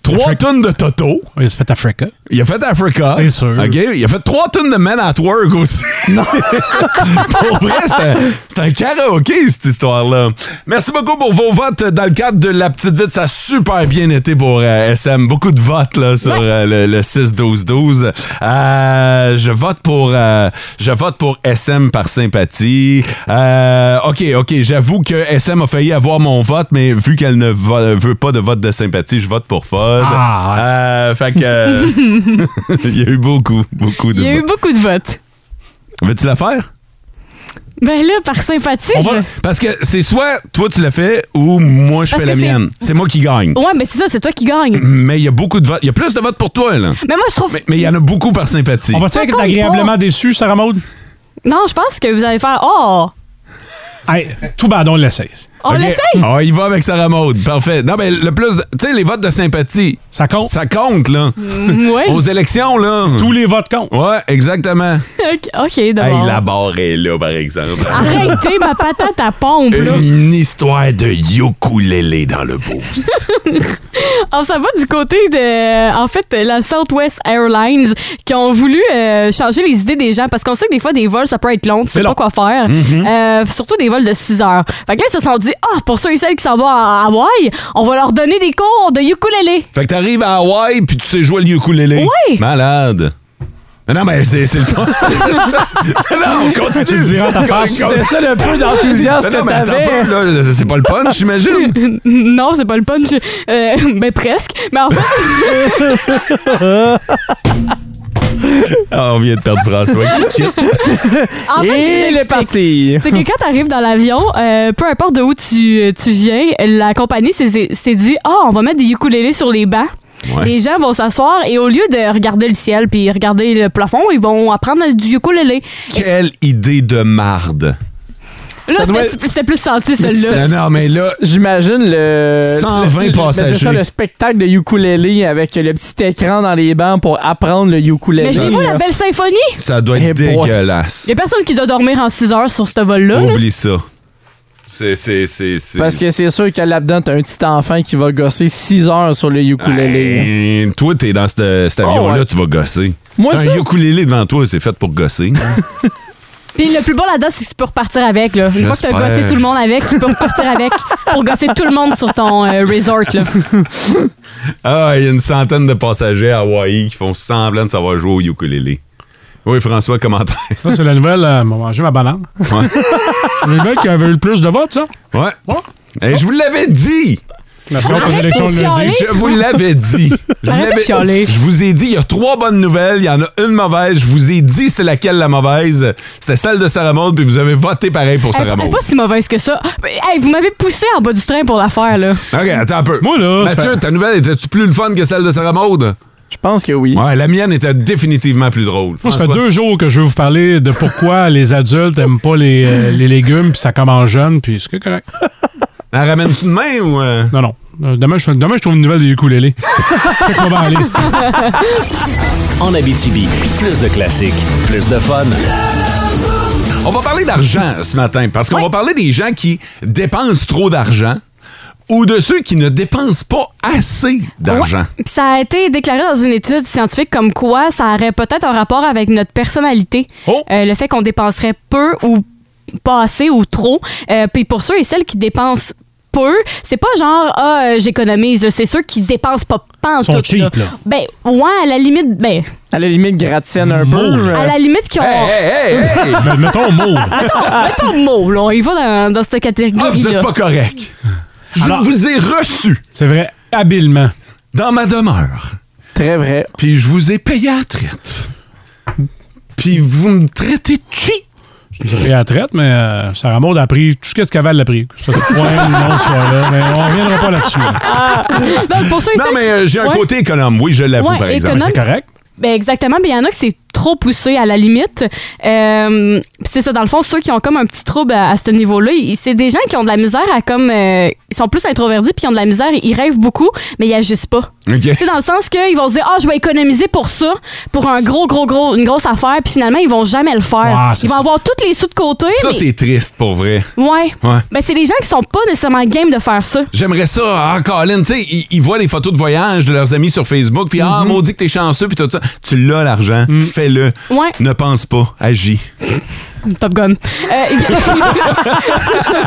E: Trois tunes de Toto.
C: Oui, il se fait Africa.
E: Il a fait Africa.
C: C'est sûr.
E: OK? Il a fait trois tonnes de Men at Work aussi. Non. pour vrai, c'est un- c'est un, karaoké, cette histoire-là. Merci beaucoup pour vos votes dans le cadre de La Petite Vite. Ça a super bien été pour euh, SM. Beaucoup de votes là, sur euh, le, le 6-12-12. Euh, je, vote pour, euh, je vote pour SM par sympathie. Euh, OK, OK. J'avoue que SM a failli avoir mon vote, mais vu qu'elle ne vo- veut pas de vote de sympathie, je vote pour Fod.
C: Ah, ouais.
E: Euh, fait que. euh, Il y a eu beaucoup, beaucoup de.
D: Il y a eu beaucoup de votes.
E: Veux-tu la faire?
D: Ben là, par sympathie,
E: On
D: je...
E: va- Parce que c'est soit toi tu le fais ou moi je
D: Parce
E: fais la
D: que c'est- Oh.
E: mienne. C'est moi qui gagne.
D: Ouais, mais c'est ça, c'est toi qui gagne.
E: Mais il y a beaucoup de votes. Il y a plus de votes pour toi, là.
D: Mais moi, je trouve.
E: Mais mais il y en a beaucoup par sympathie.
C: On va-tu être
D: compte
C: agréablement déçu, Sarah Maud?
D: Non, je pense que vous allez faire. Oh!
C: Hey, tout badon l'essaye.
D: On
E: OK.
D: l'essaye?
E: Ah, il va avec Sarah Maud. Parfait. Non, mais le plus. de- Tu sais, les votes de sympathie,
C: Ça compte.
E: ça compte, là.
D: Mm, Ouais.
E: Aux élections, là.
C: Tous les votes comptent.
E: Ouais, exactement.
D: Ok, OK,
E: Hey,
D: d'abord.
E: la barre est là, par exemple.
D: Arrêtez ma patate à pompe, là.
E: Une histoire de ukulélé dans le boost.
D: On s'en va du côté de, en fait, la Southwest Airlines qui ont voulu euh, changer les idées des gens parce qu'on sait que des fois, des vols, ça peut être long, tu sais
C: C'est
D: pas
C: long.
D: quoi faire.
E: Mm-hmm.
D: Euh, surtout des vols de 6 heures. Fait que là, ils se sont dit, ah, pour ceux et celles qui s'en vont à Hawaï, on va leur donner des cours de ukulélé.
E: fait que t'arrives à Hawaï puis tu sais jouer le ukulélé.
D: Oui.
E: Malade. Mais non, mais c'est c'est le fun. Mais non, continue.
C: Tu le diras à ta face.
F: C'est ça le peu d'enthousiasme
E: Mais non,
F: que
E: mais attends
F: t'avais.
E: pas, là, c'est- c'est pas le punch, j'imagine.
D: non, c'est pas le punch. Euh, ben, presque. Mais en fait,
E: Ah, on vient de perdre François qui quitte.
D: en fait je vous
F: Et le
D: explique.
F: parti.
D: C'est que quand t'arrives dans l'avion, euh, peu importe de où tu, tu viens, la compagnie s'est s'est dit « Ah, on va mettre des ukulélés sur les bancs.
E: Ouais.
D: Les gens vont s'asseoir et au lieu de regarder le ciel puis regarder le plafond, ils vont apprendre du ukulélé.
E: Quelle idée de marde.
D: Là,
F: doit
D: c'était c'était plus senti, celui-là.
E: Non, non, mais là,
F: J'imagine Euh, le.
E: 120
F: le- le-
E: passagers.
F: mais C'est ça, le spectacle de ukulélé avec le petit écran dans les bancs pour apprendre le ukulélé.
D: Mais j'ai vu la belle symphonie.
E: ça doit être
F: Eh boy.
E: dégueulasse.
D: Y a personne qui doit dormir en 6 heures sur ce vol-là. là.
E: Oublie ça. C'est. c'est- c'est- c'est-
F: Parce que c'est sûr que là-dedans, t'as un petit enfant qui va gosser 6 heures sur le ukulélé.
E: Hey, toi, t'es dans ce- cet avion-là,
F: Oh, ouais.
E: tu vas gosser.
F: Moi,
E: T'as un
F: ça-
E: ukulélé devant toi, c'est fait pour gosser.
D: Puis le plus beau là-dedans, c'est que tu peux repartir avec. Là. Une fois que t'as
E: J'espère.
D: gossé tout le monde avec, tu peux repartir avec pour gosser tout le monde sur ton euh, resort. Là.
E: ah, il y a une centaine de passagers à Hawaï qui font semblant de savoir jouer au ukulélé. Oui, François, commentaire.
C: Ça, c'est la nouvelle. euh, M'a mangé ma banane.
E: Ouais.
C: C'est la nouvelle qui avait eu le plus de votes, ça.
E: Ouais.
C: Ouais.
E: Hey, je vous l'avais dit!
C: La semaine des
D: Arrêtez
C: élections
D: de
C: le lundi.
D: chialer.
E: Je vous l'avais dit. Je vous,
D: Arrêtez de
E: l'avais-
D: chialer.
E: je vous ai dit, il y a trois bonnes nouvelles, il y en a une mauvaise. Je vous ai dit c'était laquelle la mauvaise. C'était celle de Sarah Maud, puis vous avez voté pareil pour
D: Elle
E: Sarah
D: elle est
E: Maud.
D: pas si mauvaise que ça. Mais, Hey, vous m'avez poussé en bas du train pour la faire, là.
E: OK, attends un peu.
C: Moi, là, ça
E: Mathieu,
C: fait-
E: ta nouvelle était-tu plus le fun que celle de Sarah Maud?
F: Je pense que oui.
E: Ouais, la mienne était définitivement plus drôle.
C: Moi, ça fait
E: François.
C: deux jours que je veux vous parler de pourquoi les adultes aiment pas les, euh, les légumes, puis ça commence jeune, puis c'est correct.
E: En ramènes-tu demain ou. euh?
C: Non, non. Euh, Demain, je, demain, je trouve une nouvelle de ukulélé. Check ma balise.
B: En Abitibi, plus de classiques, plus de fun.
E: On va parler d'argent ce matin parce qu'on va parler des gens qui dépensent trop d'argent ou de ceux qui ne dépensent pas assez d'argent.
D: Ouais. Puis ça a été déclaré dans une étude scientifique comme quoi ça aurait peut-être un rapport avec notre personnalité.
C: Oh.
D: Euh, le fait qu'on dépenserait peu ou pas assez ou trop. Euh, Puis pour ceux et celles qui dépensent peu, c'est pas genre ah euh, j'économise, là. c'est ceux qui dépensent pas pas en
C: Sont
D: tout.
C: cheap, là.
D: Ben ouais, à la limite, ben
F: À la limite, gratienne un peu.
D: à la limite qui ont
E: Hey, hey, hey!
C: Mais mettons mot.
D: mettons mot, là, on y va dans, dans cette
E: Ah,
D: catégorie
E: vous
D: là.
E: êtes pas correct. Je
C: Alors-
E: vous ai reçu
C: C'est vrai, habilement.
E: dans ma demeure,
F: Très vrai.
E: puis je vous ai payé à la traite. Puis vous me traitez de chi.
C: J'ai pris la traite, mais euh, Sarah Maud a pris tout ce qu'est-ce qu'elle avait pris. Ça fait point, non, ce soir-là. Mais on reviendra pas là-dessus. là.
D: Donc, pour ceux et
E: Non,
D: celles
E: mais euh, j'ai un
D: Ouais.
E: côté économe. Oui, je l'avoue,
D: Ouais,
E: par exemple.
D: économe.
C: C'est correct.
D: Ben exactement. Puis il y en a que c'est trop poussé à la limite. Euh, puis c'est ça, dans le fond, ceux qui ont comme un petit trouble à, à ce niveau-là, ils- c'est des gens qui ont de la misère à comme. euh, ils sont plus introvertis, puis ils ont de la misère, ils rêvent beaucoup, mais ils agissent pas.
E: OK.
D: Tu sais, dans le sens qu'ils vont se dire, ah, je vais économiser pour ça, pour un gros, gros, gros, une grosse affaire, puis finalement, ils vont jamais le faire.
C: Ouais, c'est
D: ils vont
C: ça.
D: avoir tous les sous de côté,
E: Ça,
D: mais-
E: c'est triste pour vrai.
D: Ouais.
E: Ouais.
D: Ben, c'est des gens qui sont pas nécessairement game de faire ça.
E: J'aimerais ça, ah, Colin, tu sais, ils, ils voient les photos de voyage de leurs amis sur Facebook, puis ah, maudit que t'es chanceux, puis tout ça. Tu l'as l'argent, fais-le.
D: Ouais.
E: Ne pense pas, agis.
D: Top Gun. Euh,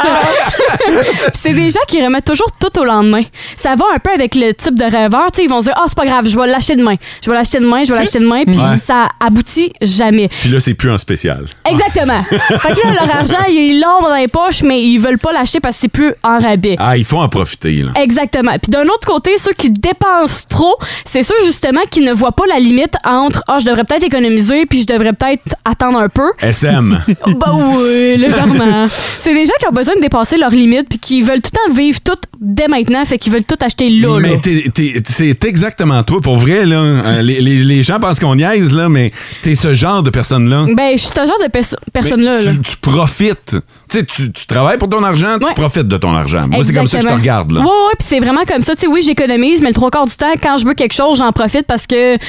D: Puis c'est des gens qui remettent toujours tout au lendemain. Ça va un peu avec le type de rêveur. tu sais, ils vont se dire Ah, c'est pas grave, je vais l'acheter demain. Je vais l'acheter demain, je vais l'acheter demain. Puis
E: Ouais.
D: ça aboutit jamais.
E: Puis là, c'est plus en spécial.
D: Exactement. fait que là, leur argent, ils l'ont dans les poches, mais ils veulent pas l'acheter parce que c'est plus en rabais.
E: Ah, il faut en profiter, là.
D: Exactement. Puis d'un autre côté, ceux qui dépensent trop, c'est ceux justement qui ne voient pas la limite entre ah, je devrais peut-être économiser puis je devrais peut-être attendre un peu.
E: SM.
D: Bah oui, légèrement. C'est des gens qui ont besoin de dépasser leurs limites puis qui veulent tout le temps vivre tout dès maintenant, fait qu'ils veulent tout acheter là. là.
E: Mais t'es- t'es- c'est exactement toi, pour vrai. Là. Euh, les, les- les gens pensent qu'on niaise, là, mais t'es ce genre de personne-là.
D: Ben, je suis ce genre de perso- personne-là.
E: Mais
D: là.
E: Tu, tu profites. Tu, sais, tu, tu travailles pour ton argent,
D: Ouais.
E: tu profites de ton argent. Moi, c'est comme ça que je te
D: Exactement.
E: regarde. Là.
D: Ouais, ouais, puis c'est vraiment comme ça. Tu sais, oui, j'économise, mais le trois quarts du temps, quand je veux quelque chose, j'en profite parce que, tu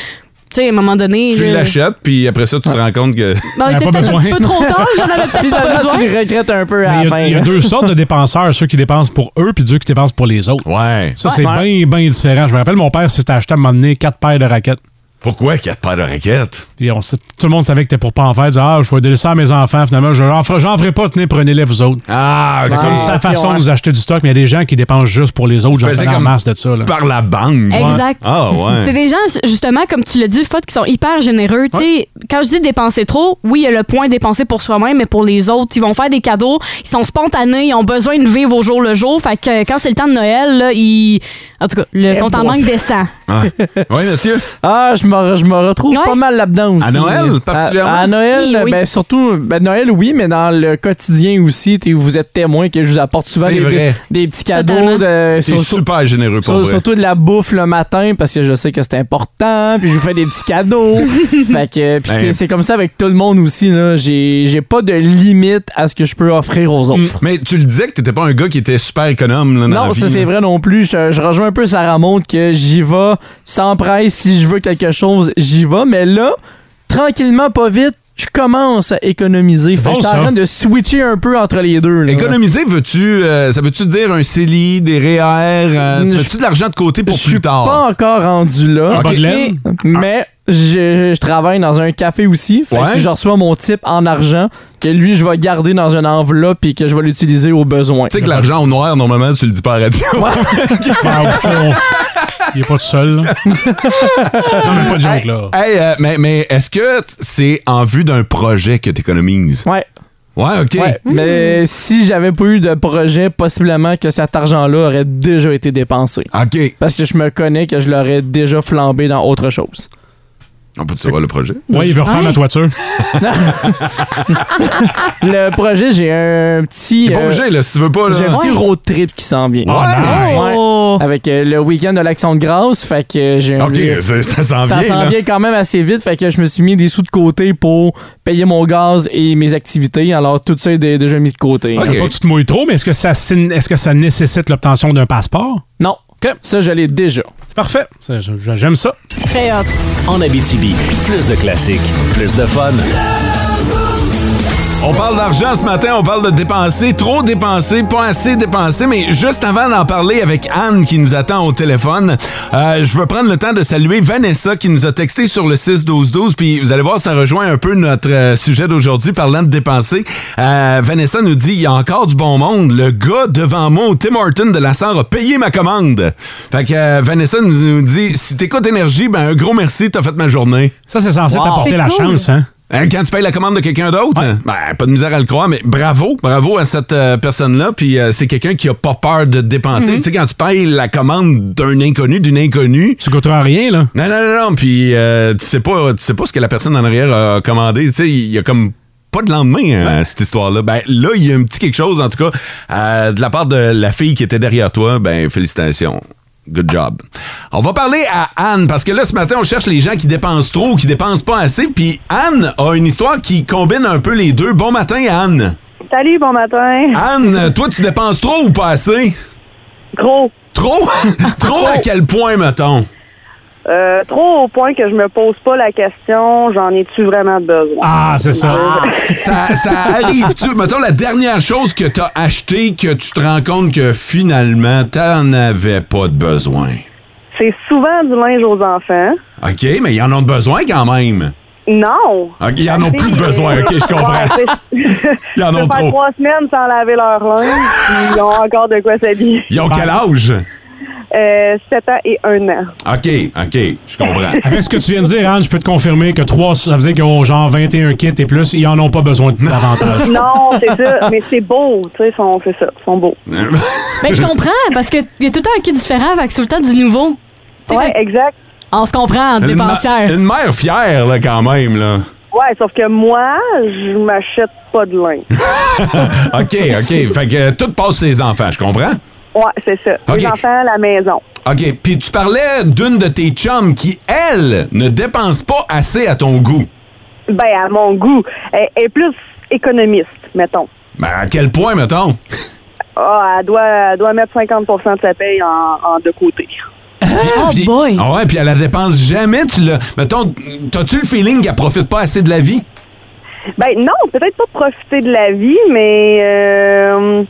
D: sais, à un moment donné.
E: Tu
D: là-
E: l'achètes, puis après ça, tu te rends compte que.
D: Bon, il
C: Elle a
D: était
C: pas
D: peut-être un
C: besoin.
D: petit peu trop tard,
H: oh,
D: j'en avais peut-être pas
F: Finalement,
D: besoin.
F: tu les regrettes un peu à
C: Mais
F: la
C: il y
F: fin.
C: a- il y a
F: là.
C: deux sortes de dépenseurs, ceux qui dépensent pour eux puis ceux qui dépensent pour les autres.
E: Ouais.
C: Ça, c'est
F: Ouais.
C: bien, bien différent. Je me rappelle, mon père s'était acheté à m'emmener quatre paires de raquettes.
E: Pourquoi qu'il y a pas de raquettes?
C: Puis on, sait- tout le monde savait que t'es pour pas en faire. Il disait, ah, je vais donner ça à mes enfants, finalement. Je- J'en ferai, j'en ferai pas, tenez, prenez-les, vous autres.
E: Ah, ok.
C: Comme sa
F: ok,
C: façon
F: ouais.
C: de vous acheter du stock, mais il y a des gens qui dépensent juste pour les autres. J'en
E: Faisais
C: connais en
E: comme-
C: masse de ça. là.
E: Par la banque.
D: Exact.
E: Ah, ouais.
D: C'est des gens, justement, comme tu l'as dit, Fod, qui sont hyper généreux. Tu sais, Quand je dis dépenser trop, oui, il y a le point dépenser pour soi-même, mais pour les autres, ils vont faire des cadeaux, ils sont spontanés, ils ont besoin de vivre au jour le jour. Fait que quand c'est le temps de Noël, là, ils... en tout cas, le compte en
F: bon.
D: banque descend.
E: Ah. Oui, monsieur.
F: Ah, je me, re- je me retrouve
D: Ouais.
F: pas mal là-dedans aussi.
E: À Noël, particulièrement?
F: À, à Noël,
D: Oui, oui.
F: ben surtout, ben Noël, oui, mais dans le quotidien aussi, t'es- vous êtes témoin que je vous apporte souvent
E: C'est
F: des,
E: vrai.
F: des- des petits cadeaux.
D: Totalement.
F: De,
E: T'es
F: sur- sur-
E: super généreux pour
F: sur-
E: vrai.
F: surtout de la bouffe le matin parce que je sais que c'est important, puis je vous fais des petits cadeaux. fait que puis c'est-
E: Ben.
F: c'est comme ça avec tout le monde aussi. là. J'ai j'ai pas de limite à ce que je peux offrir aux autres.
E: Mm. Mais tu le disais que t'étais pas un gars qui était super économe là, dans la
F: Non,
E: vie,
F: ça c'est
E: là.
F: vrai non plus. Je, je rejoins un peu Sarah Maud que j'y vais sans presse. Si je veux quelque chose, j'y vais. Mais là, tranquillement, pas vite, je commence à économiser. Fait
C: bon,
F: que je suis
C: ça.
F: en train de switcher un peu entre les deux. là.
E: Économiser, veux-tu, euh, ça veut-tu dire un CELI, des REER, euh, tu
F: Je-
E: veux-tu de l'argent de côté
F: Je
E: pour
F: suis
E: plus tard?
F: pas encore rendu là.
C: Un
E: Ok.
C: bas de laine.
F: Mais je, je travaille dans un café aussi. Fait
E: Ouais.
F: que je reçois mon type en argent que lui, je vais garder dans une enveloppe et que je vais l'utiliser au besoin.
E: Tu sais que l'argent au noir, normalement, tu le dis pas à la radio.
C: Ah, ouais, on- Il est pas tout seul. là. non, mais pas de joke, là.
E: Hey, euh, mais, mais est-ce que t- c'est en vue d'un projet que tu économises?
F: Ouais.
E: Ouais, OK.
F: Ouais,
C: Mm.
F: mais si j'avais pas eu de projet, possiblement que cet argent-là aurait déjà été dépensé.
E: OK.
F: Parce que je me connais que je l'aurais déjà flambé dans autre chose.
E: On peut savoir le projet?
C: Ouais, il veut refaire
D: Ouais.
C: la toiture.
F: Le projet, j'ai un petit.
E: T'es pas
F: euh,
E: obligé, là, si tu veux pas. Là.
F: j'ai un petit
E: Ouais.
F: road trip qui s'en vient.
E: Ah,
C: nice.
F: Ouais.
D: Oh.
F: Avec euh, le week-end de l'Action de grâce, fait que j'ai un.
E: OK, ça, ça s'en
F: ça
E: vient.
F: s'en
E: là.
F: vient quand même assez vite, fait que je me suis mis des sous de côté pour payer mon gaz et mes activités. Alors tout ça est dé- déjà mis de côté.
E: Ok.
C: Faut Pas que tu te mouilles trop, mais est-ce que ça, signe- est-ce que ça nécessite l'obtention d'un passeport?
F: Non, ça je l'ai déjà.
C: C'est parfait. Ça, je- J'aime ça.
D: Très hot.
B: En Abitibi, plus de classiques, plus de fun.
E: On parle d'argent ce matin, on parle de dépenser, trop dépenser, pas assez dépenser, mais juste avant d'en parler avec Anne qui nous attend au téléphone, euh, je veux prendre le temps de saluer Vanessa qui nous a texté sur le 6-12-12, puis vous allez voir, ça rejoint un peu notre euh, sujet d'aujourd'hui parlant de dépenser. Euh, Vanessa nous dit, il y a encore du bon monde, le gars devant moi au Tim Horton de la Sarre a payé ma commande. Fait que euh, Vanessa nous, nous dit, si t'écoutes énergie, ben un gros merci, t'as fait ma journée.
C: Ça, c'est censé
F: Wow.
C: t'apporter
D: C'est
C: la
D: cool.
C: chance, hein?
E: Hein, quand tu payes la commande de quelqu'un d'autre, hein, ben, pas de misère à le croire, mais bravo, bravo à cette euh, personne-là. Puis euh, c'est quelqu'un qui a pas peur de dépenser. Tu sais, quand tu payes la commande d'un inconnu, d'une inconnue,
C: Tu coûteras rien, là.
E: non, non, non, non, puis euh, tu sais pas, tu sais pas ce que la personne en arrière a commandé. Tu sais, il y a comme pas de lendemain à cette histoire-là. Ben là, il y a un petit quelque chose, en tout cas, euh, de la part de la fille qui était derrière toi. Ben félicitations. Good job. On va parler à Anne parce que là ce matin on cherche les gens qui dépensent trop, qui dépensent pas assez. Puis Anne a une histoire qui combine un peu les deux. Bon matin Anne.
J: Salut, bon matin.
E: Anne, toi tu dépenses trop ou pas assez
J: Gros.
E: Trop, trop à quel point mettons
J: Euh, trop au point que je me pose pas la question, j'en ai-tu vraiment besoin?
C: Ah, c'est ça.
E: Ça, ça arrive-tu? Mettons, la dernière chose que t'as achetée que tu te rends compte que finalement, t'en avais pas de besoin.
J: C'est souvent du linge aux enfants.
E: OK, mais ils en ont de besoin quand même.
J: Non.
E: OK, ils en ont plus de besoin. OK, je comprends. Ils
J: Ils
E: en ont trop.
J: trois semaines sans laver leur linge, puis ils ont encore de quoi s'habiller.
E: Ils ont quel âge?
J: Euh, 7 ans et 1 an.
E: OK, OK, je comprends.
C: Avec ce que tu viens de dire, Anne, je peux te confirmer que trois, ça faisait qu'ils ont genre 21 kits et plus. Ils en ont pas besoin de
E: Ah.
C: davantage.
J: Non, c'est ça, mais c'est beau, tu sais, ils sont- c'est ça, ils sont beaux.
D: Mais je comprends, parce qu'il y a tout le temps un kit différent, fait que c'est le temps du nouveau. Tu sais,
J: Ouais,
D: fait- Ah,
J: exact.
D: on se comprend en
E: Une ma-
D: dépensière.
E: Une mère fière, là, quand même, là.
J: Ouais, sauf que moi, je m'achète pas de linge.
E: OK, OK. Fait que euh, tout passe ses enfants, je comprends?
J: Ouais, c'est ça. Les
E: Ok.
J: enfants, la maison.
E: OK. Puis tu parlais d'une de tes chums qui, elle, ne dépense pas assez à ton goût.
J: Ben, à mon goût, elle elle est plus économiste, mettons.
E: Ben, à quel point, mettons?
J: Ah, elle, doit, elle doit mettre 50 de sa paye en, en deux côtés.
E: Oh boy! Ah ouais, puis elle la dépense jamais. Tu l'as... Mettons, t'as-tu le feeling qu'elle profite pas assez de la vie?
J: Ben non, peut-être pas profiter de la vie, mais... euh,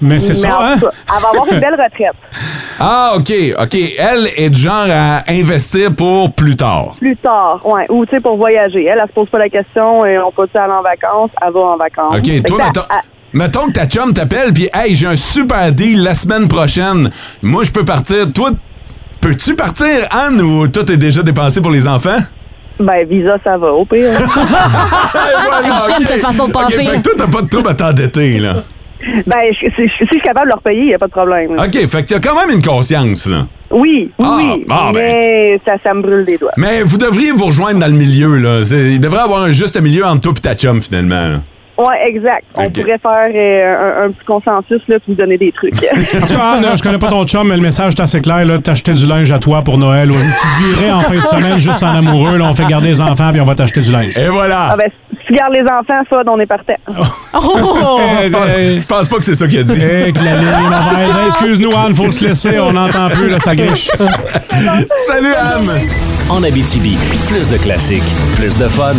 C: Mais c'est ça,
J: en
C: hein?
J: tout cas, Elle va avoir une belle retraite.
E: Ah, OK, OK. Elle est du genre à investir pour plus tard.
J: Plus tard, ouais. Ou, tu sais, pour voyager. Elle, elle se pose pas la question, et on peut-tu aller en vacances? Elle va en vacances. Fait
E: OK,
J: que
E: toi,
J: ça,
E: mettons,
J: elle-
E: mettons que ta chum t'appelle, puis hey, j'ai un super deal la semaine prochaine. Moi, je peux partir. Toi, peux-tu partir, Anne, ou tout est déjà dépensé pour les enfants?
J: Ben, visa, ça va, au pire.
D: J'aime cette façon de
E: OK,
D: penser.
E: fait que toi, t'as pas de trouble à t'endetter, là.
J: ben, je- si, si je suis capable de leur payer, il n'y a pas de problème. là.
E: OK, fait que t'as quand même une conscience, là.
J: Oui, oui, oui.
E: ah, ben.
J: mais ça, ça me brûle les doigts.
E: Mais vous devriez vous rejoindre dans le milieu, là. C'est- il devrait y avoir un juste milieu entre toi et ta chum, finalement. là.
J: Ouais, exact. On
E: Ok.
J: pourrait faire euh, un, un petit consensus, là, puis vous donner des trucs.
C: En tout cas, Anne, je connais pas ton chum, mais le message est assez clair. là. T'achetais du linge à toi pour Noël. Ou tu te virais en fin de semaine juste en amoureux. Là, on fait garder les enfants puis on va t'acheter du linge.
E: Et voilà!
J: ah, ben, si tu gardes les enfants, Fod, on est partant.
D: Oh!
E: Je pense- Je pense pas que c'est ça qu'il a dit.
C: Eh, que la ligne est mauvaise. Eh, Excuse-nous, Anne, faut se laisser. On n'entend plus, là, ça griche.
E: Salut, Anne!
B: En Abitibi, plus de classiques, plus de fun.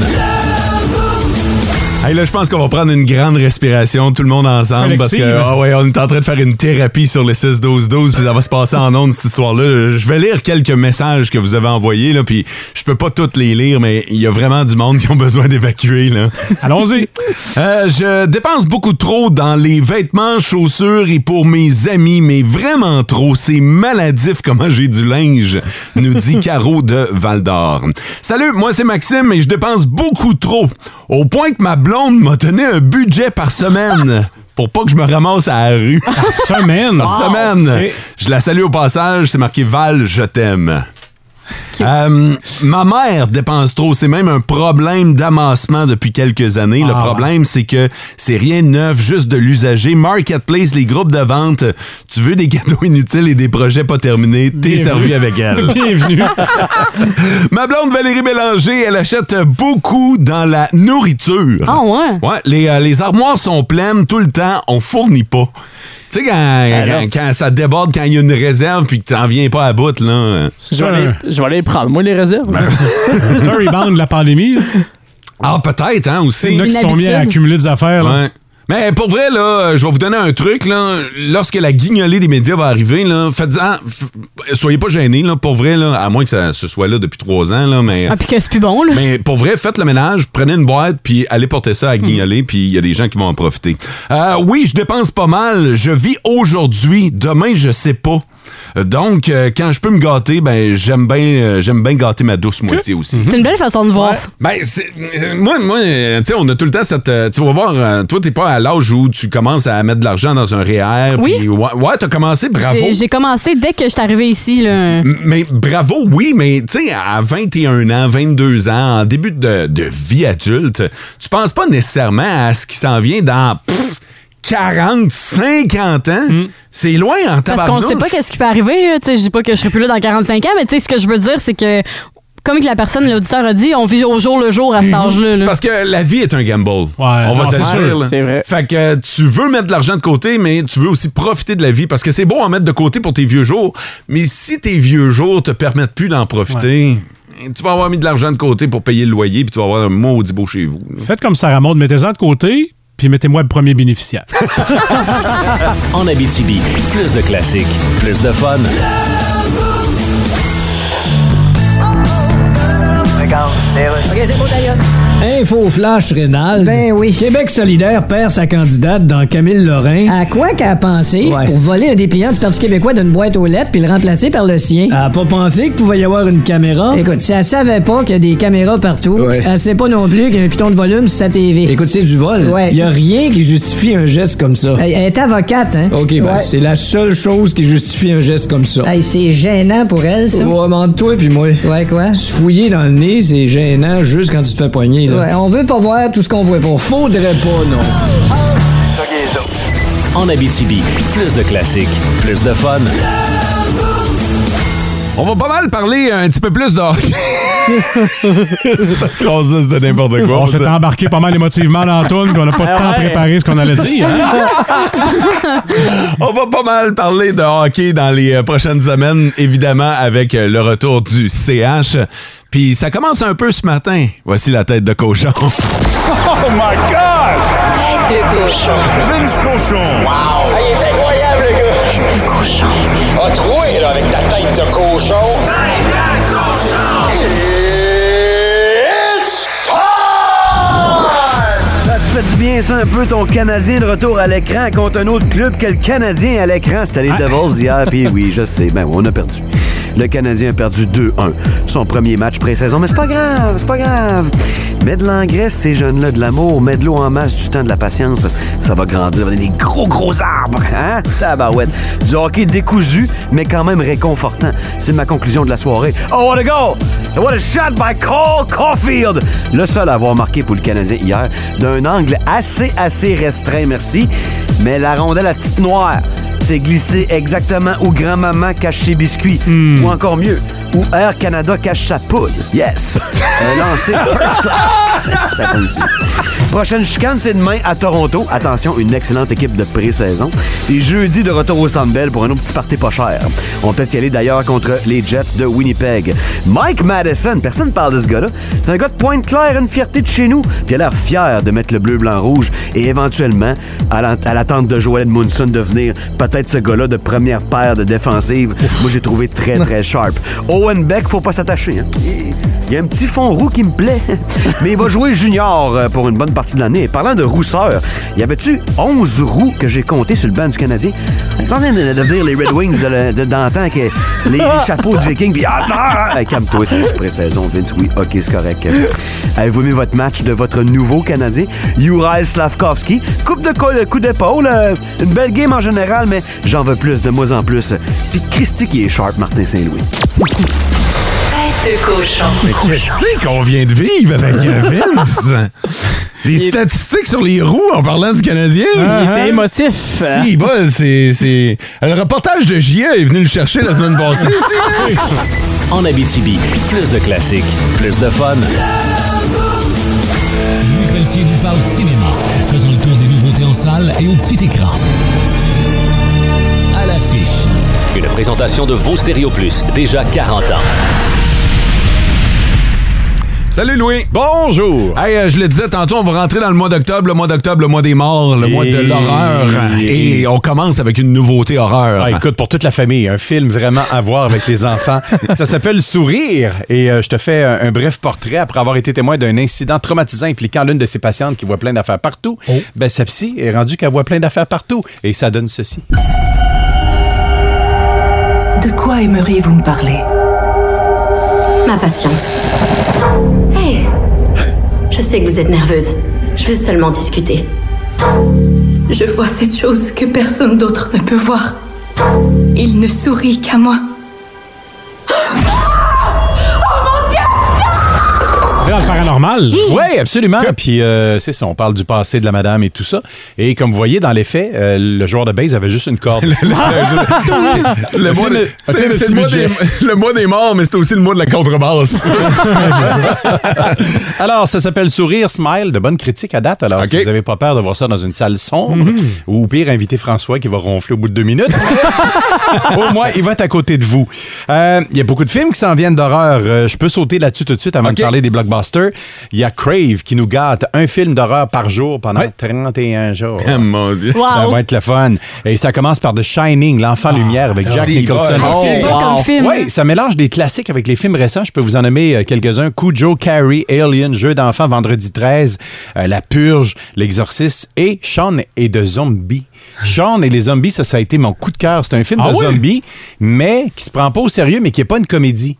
E: Hey, là, je pense qu'on va prendre une grande respiration, tout le monde ensemble, parce que
C: Collective.
E: ah ouais, on est en train de faire une thérapie sur le 6-12-12, puis ça va se passer en ondes, cette histoire-là. Je vais lire quelques messages que vous avez envoyés, là, puis je peux pas toutes les lire, mais il y a vraiment du monde qui ont besoin d'évacuer, là.
C: Allons-y.
E: Euh, je dépense beaucoup trop dans les vêtements, chaussures et pour mes amis, mais vraiment trop. C'est maladif comment j'ai du linge, nous dit Caro de Val d'Or. Salut, moi c'est Maxime et je dépense beaucoup trop. Au point que ma blonde m'a donné un budget par semaine pour pas que je me ramasse à la rue.
C: Par Ah, semaine.
E: Par semaine.
C: OK.
E: Je la salue au passage, c'est marqué Val, je t'aime. Euh, ma mère dépense trop. C'est même un problème d'amassement depuis quelques années. Le
C: Ah,
E: problème, c'est que c'est rien de neuf, juste de l'usager. Marketplace, les groupes de vente, tu veux des cadeaux inutiles et des projets pas terminés, t'es
C: Bienvenue.
E: servi avec elle.
C: Bienvenue.
E: Ma blonde Valérie Bélanger, elle achète beaucoup dans la nourriture.
D: Ah ouais?
E: Ouais, les, euh, les armoires sont pleines tout le temps, on fournit pas. Tu sais, quand,
C: Ah,
E: quand, quand ça déborde, quand il y a une réserve puis que t'en viens pas à bout, là. euh.
F: Je vais, aller, je vais aller prendre, moi, les réserves.
C: C'est un rebound de la pandémie. là.
E: Ah, peut-être, hein, aussi.
C: Il y en a qui
D: Une
C: se sont mis à
D: habitude.
C: accumuler des affaires. là.
E: Ouais. Mais pour vrai, là, euh, je vais vous donner un truc. Là. Lorsque la guignolée des médias va arriver, là, faites soyez pas gênés. Là, pour vrai, là, à moins que ça se soit là depuis trois ans, là, mais...
D: Ah, puis que c'est plus bon, là.
E: Mais pour vrai, faites le ménage, prenez une boîte, puis allez porter ça à Guignoler, puis il y a des gens qui vont en profiter. Euh, oui, je dépense pas mal. Je vis aujourd'hui. Demain, je sais pas. Euh, Donc, euh, quand je peux me gâter, ben j'aime bien euh, j'aime bien gâter ma douce moitié aussi.
C: Mhm.
D: C'est une belle façon de voir. ça.
E: Ben, c'est- euh, moi, moi euh, tu sais, on a tout le temps cette. euh, tu vas voir, euh, toi, t'es pas à l'âge où tu commences à mettre de l'argent dans un REER.
D: Oui.
E: puis ouais, ouais, t'as commencé, bravo.
D: J'ai- J'ai commencé dès que je suis arrivée ici, là.
E: M- Mais bravo, oui, mais tu sais, à 21 ans, 22 ans, en début de, de vie adulte, tu penses pas nécessairement à ce qui s'en vient dans pff, 40, 50 ans. C'est loin en
D: Mm. Parce qu'on
E: tabarnouche.
D: sait pas qu'est-ce qui peut arriver. là. Tu sais, Je dis pas que je serai plus là dans 45 ans, mais tu sais, ce que je veux dire, c'est que, comme que la personne, l'auditeur a dit, on vit au jour le jour à cet âge-là.
E: C'est
D: là.
E: parce que la vie est un gamble. On va
C: Mhm. non,
E: se le
C: c'est
E: dire,
C: sûr,
E: là.
F: c'est vrai.
E: Fait que tu veux mettre de l'argent de côté, mais tu veux aussi profiter de la vie parce que c'est beau en mettre de côté pour tes vieux jours, mais si tes vieux jours te permettent plus d'en profiter, tu vas avoir mis de l'argent de côté pour payer le loyer puis tu vas avoir un maudit beau chez vous. là.
C: Faites comme Sarah Maud, mettez-en de côté, puis mettez-moi le premier bénéficiaire.
B: En Abitibi, plus de classiques, plus de fun.
G: Info flash rénal.
I: Ben oui.
G: Québec solidaire perd sa candidate dans Camille Lorrain.
I: À quoi qu'elle a pensé
G: Ouais.
I: pour voler un dépliant du Parti québécois d'une boîte aux lettres puis le remplacer par le sien?
G: Elle a pas pensé qu'il pouvait y avoir une caméra.
I: Écoute, si elle savait pas qu'il y a des caméras partout,
G: Ouais.
I: elle sait pas non plus qu'il y a un piton de volume sur sa TV.
G: Écoute, c'est du vol. Il
I: Ouais.
G: Y a rien qui justifie un geste comme ça.
I: Elle, elle est avocate, hein?
G: OK, ben,
I: Ouais.
G: c'est la seule chose qui justifie un geste comme ça.
I: Hey, c'est gênant pour elle, ça.
G: Ouais, mais entre toi puis moi.
I: Ouais, quoi?
G: Se fouiller dans le nez, c'est gênant juste quand tu te fais poigner. là.
I: Ouais, on veut pas voir tout ce qu'on voit pas.
G: Faudrait pas, non.
B: En Abitibi, plus de classiques, plus de fun.
E: On va pas mal parler un petit peu plus de hockey. Cette phrase-là, c'était n'importe quoi.
C: On s'est
E: Ça-
C: embarqué pas mal émotivement dans la toune, puis on n'a pas de temps à préparer ce
H: Nou,
C: qu'on allait dire. hein?
E: On va pas mal parler de hockey dans les euh, prochaines semaines, évidemment, avec euh, le retour du CH. Puis ça commence un peu ce matin. Voici la tête de cochon.
H: Oh my god! Tête de cochon. Vince cochon. Wow! il est incroyable, le gars! Tête de cochon. A troué, là, avec ta tête de cochon. Tête de cochon! It's
K: Ça te fait du bien, ça, un peu ton Canadien de retour à l'écran contre un autre club que le Canadien à l'écran. C'était les Devils hier, puis oui, je sais, ben on a perdu. Le Canadien a perdu 2-1. Son premier match pré-saison, mais c'est pas grave, c'est pas grave. Mets de l'engrais, ces jeunes-là, de l'amour, mets de l'eau en masse, du temps, de la patience. Ça va grandir, on est des gros, gros arbres, hein? Tabarouette. Du hockey décousu, mais quand même réconfortant. C'est ma conclusion de la soirée. Oh, what a goal! And what a shot by Cole Caulfield! Le seul à avoir marqué pour le Canadien hier, d'un angle assez, assez restreint, merci. Mais la rondelle à petite noire s'est glissée exactement où grand-maman cache ses biscuits. Ou encore mieux, où Air Canada cache sa poudre. Yes! Un lancer first class. Ça compte dessus. Prochaine chicane, c'est demain à Toronto. Attention, une excellente équipe de pré-saison. Et jeudi, de retour au Sandbell pour un autre petit party pas cher. On peut-être y aller d'ailleurs contre les Jets de Winnipeg. Mike Madison, personne ne parle de ce gars-là. C'est un gars de Pointe-Claire, une fierté de chez nous. Puis il a l'air fier de mettre le bleu, blanc, rouge. Et éventuellement, à l'ent- à l'attente de Joel Munson devenir peut-être ce gars-là de première paire de défensive. Moi, j'ai trouvé très, très sharp. Owen Beck, faut pas s'attacher. hein. Il- il y a un petit fond roux qui me plaît, mais il va jouer junior euh, pour une bonne partie de l'année. Et Parlant de rousseur, y avait-tu 11 roux que j'ai compté sur le banc du Canadien? On est en train de devenir les Red Wings de le- de- d'antan, que les, les chapeaux de Vikings, puis ah, ah, ah. calme-toi, c'est juste pré-saison, Vince. Oui, ok, c'est correct. Avez-vous mis votre match de votre nouveau Canadien, Uri Slavkovski? Coupe de col- coup d'épaule, euh, une belle game en général, mais j'en veux plus, de moins en plus. Puis Christy qui est sharp, Martin Saint-Louis.
H: Tête de cochon.
E: Mais qu'est-ce qu'on vient de vivre avec euh, Vince? Des statistiques sur les roues en parlant du Canadien.
F: Il était émotif.
E: Si, bah, c'est, c'est- Le reportage de J.A. est venu le chercher la semaine passée.
B: En Abitibi, plus de classiques, plus de fun.
L: Louis Pelletier vous parle cinéma. Faisons le tour des nouveautés en salle et au petit écran. À l'affiche.
B: Une présentation de vos Stéréo Plus, déjà 40 ans.
E: Salut Louis. Bonjour. Hey, euh, je le disais tantôt, on va rentrer dans le mois d'octobre, le mois d'octobre, le mois des morts, le mois de l'horreur. Et on commence avec une nouveauté horreur.
M: Ah, écoute, pour toute la famille, un film vraiment à voir avec les enfants. Ça s'appelle Sourire et euh, je te fais un, un bref portrait après avoir été témoin d'un incident traumatisant impliquant l'une de ses patientes qui voit plein d'affaires partout. Ben, sa psy est rendue qu'elle voit plein d'affaires partout et ça donne ceci.
N: De quoi aimeriez-vous me parler Ma patiente. Hey Je sais que vous êtes nerveuse. Je veux seulement discuter.
O: Je vois cette chose que personne d'autre ne peut voir. Il ne sourit qu'à moi.
C: Dans le paranormal.
M: Oui, absolument. Puis euh, c'est ça, on parle du passé de la madame et tout ça. Et comme vous voyez, dans les faits, euh, le joueur de base avait juste une corde. le,
E: Ah! Le mois
M: film- un
E: de- Ah! c'est-
M: film de
E: c'est
M: petit
E: le mois
M: budget.
E: des- le mois des morts, mais c'est aussi le mois de la contrebasse.
M: Alors, ça s'appelle Sourire Smile, de bonnes critiques à date. Alors, si vous n'avez pas peur de voir ça dans une salle sombre,
E: Mhm.
M: ou au pire, invitez François qui va ronfler au bout de deux minutes, au moins, il va être à côté de vous. Euh, Il y a beaucoup de films qui s'en viennent d'horreur. Euh, je peux sauter là-dessus tout de suite avant de parler des blockbusters. Il y a Crave qui nous gâte un film d'horreur par jour pendant 31 jours.
E: Ah, mon Dieu.
M: Wow. Ça va être le fun. Et ça commence par The Shining,
E: Ah.
M: l'enfant lumière avec Jack
E: c'est
M: Nicholson.
E: bon. Ah, C'est ça comme film.
M: Ouais, ça mélange des classiques avec les films récents. Je peux vous en nommer euh, quelques-uns. Cujo, Carrie, Alien, Jeu d'enfant, Vendredi 13, euh, La Purge, L'Exorciste et Sean et de zombies. Sean et les zombies, ça, ça a été mon coup de cœur. C'est un film
L: Ah
M: de
L: oui?
M: zombies, mais qui se prend pas au sérieux, mais qui est pas une comédie.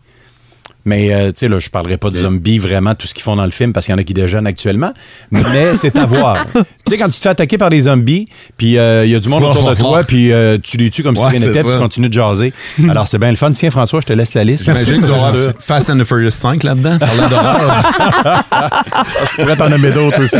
M: Mais, euh, tu sais, là, je parlerai pas de zombies, vraiment, tout ce qu'ils font dans le film, parce qu'il y en a qui déjeunent actuellement. Mais c'est à voir. Tu sais, quand tu te fais attaquer par des zombies, puis euh, il y a du monde autour de toi, puis euh, tu les tues comme si
E: Ouais,
M: rien
E: c'est
M: n'était, puis
E: ça.
M: tu continues de jaser. Alors, c'est bien le fun. Tiens, François, je te laisse la liste.
E: J'imagine que tu dois
M: Je
E: avoir Fast and the Furious 5 là-dedans. Parlant d'horreur.
M: Ah, pourrais t'en nommer d'autres aussi.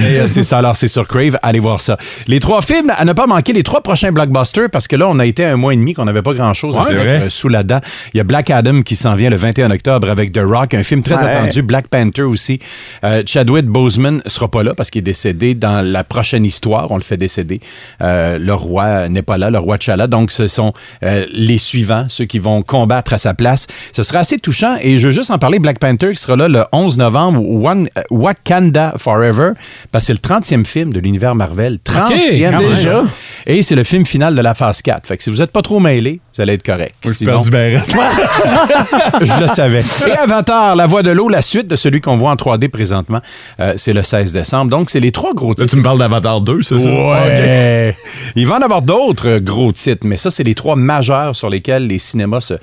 M: Mais, euh, c'est ça, alors c'est sur Crave, allez voir ça. Les trois films, à ne pas manquer les trois prochains blockbusters, parce que là, on a été à un mois et demi qu'on n'avait pas grand-chose
E: Ouais,
M: à se
E: c'est
M: mettre,
E: vrai.
M: euh, sous la dent. Il y a Black Adam qui s'en vient le 21 octobre avec The Rock, un film très
E: Ouais.
M: attendu. Black Panther aussi. Euh, Chadwick Boseman sera pas là parce qu'il est décédé dans la prochaine histoire. On le fait décéder. Euh, le roi n'est pas là, le roi T'Challa. Donc, ce sont euh, les suivants, ceux qui vont combattre à sa place. Ce sera assez touchant et je veux juste en parler. Black Panther qui sera là le 11 novembre, Wan- euh, Wakanda Forever, parce que c'est le 30e film de l'univers Marvel. 30e
F: quand même. Déjà?
M: Et c'est le film final de la phase 4. Fait que si vous n'êtes pas trop mêlé, vous allez être correct. Sinon-
E: perds du béret.
M: je le savais. Et Avatar, La Voix de l'eau, la suite de celui qu'on voit en 3D présentement, euh, c'est le 16 décembre. Donc, c'est les trois gros titres.
E: tu me parles d'Avatar 2, c'est ça?
M: Ouais. Il va en avoir d'autres euh, gros titres, mais ça, c'est les trois majeurs sur lesquels les cinémas se,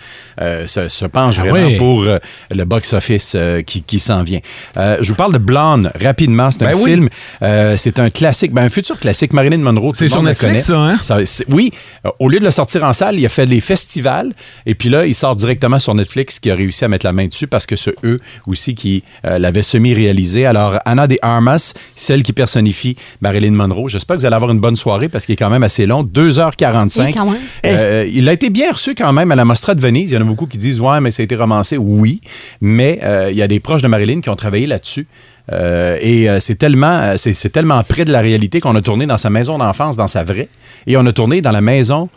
M: euh, se, se penchent
E: Ah
M: vraiment
E: oui.
M: pour euh, le box-office euh, qui, qui s'en vient. Euh, je vous parle de Blonde rapidement. C'est un
E: Ben oui.
M: film, euh, c'est un classique, ben, un futur classique. Marilyn Monroe, tout
E: C'est
M: le
E: sur
M: monde la
E: Netflix,
M: connaît.
E: ça, hein?
M: Ça, c'est- oui, euh, au lieu de le sortir en salle, il a fait des festivals et puis là, il sort directement sur Netflix qui a réussi à mettre la main dessus parce que c'est eux aussi qui euh, l'avaient semi-réalisé. Alors, Anna de Armas, celle qui personnifie Marilyn Monroe, j'espère que vous allez avoir une bonne soirée parce qu'il est quand même assez long, 2h45.
D: Eh, quand même.
M: Euh, Il a été bien reçu quand même à la Mostra de Venise. Il y en a beaucoup qui disent Ouais, mais ça a été romancé. Oui, mais euh, il y a des proches de Marilyn qui ont travaillé là-dessus. Euh, et euh, c'est tellement, euh, c'est, c'est tellement près de la réalité qu'on a tourné dans sa maison d'enfance, dans sa vraie, et on a tourné dans la maison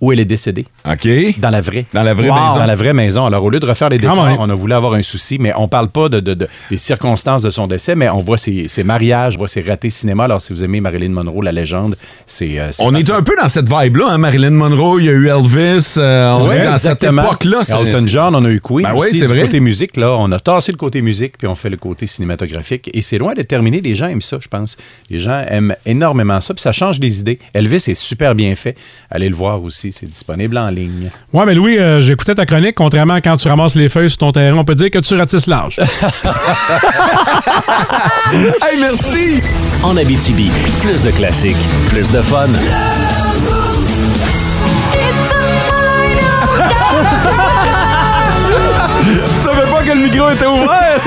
M: où elle est décédée.
E: OK.
M: Dans la vraie.
E: Dans la vraie
M: Wow.
E: maison.
M: Dans la vraie maison. Alors, au lieu de refaire les
E: Quand
M: décors,
E: même.
M: on a voulu avoir un souci, mais on parle pas de, de- de- des circonstances de son décès, mais on voit ses, ses mariages, on voit ses ratés cinéma. Alors, si vous aimez Marilyn Monroe, la légende, c'est. euh, c'est
E: On est un peu dans cette vibe-là, hein? Marilyn Monroe, il y a eu Elvis, euh, on
M: Ouais,
E: est dans cette
M: exactement.
E: époque-là. c'est-
M: Elton
E: c'est-
M: John, on a eu Queen.
E: Ben oui,
M: aussi,
E: c'est
M: du
E: vrai.
M: Côté musique, là, on a tassé le côté musique, puis on fait le côté cinématographique. Et c'est loin de terminer. Les gens aiment ça, je pense. Les gens aiment énormément ça, puis ça change les idées. Elvis est super bien fait. Allez le voir aussi. C'est disponible en ligne.
C: Ouais, mais Louis, euh, j'écoutais ta chronique. Contrairement à quand tu ramasses les feuilles sur ton terrain, on peut dire que tu ratisses large.
B: Hey, merci! En Abitibi, plus de classiques, plus de fun.
H: Je savais pas que le micro était ouvert!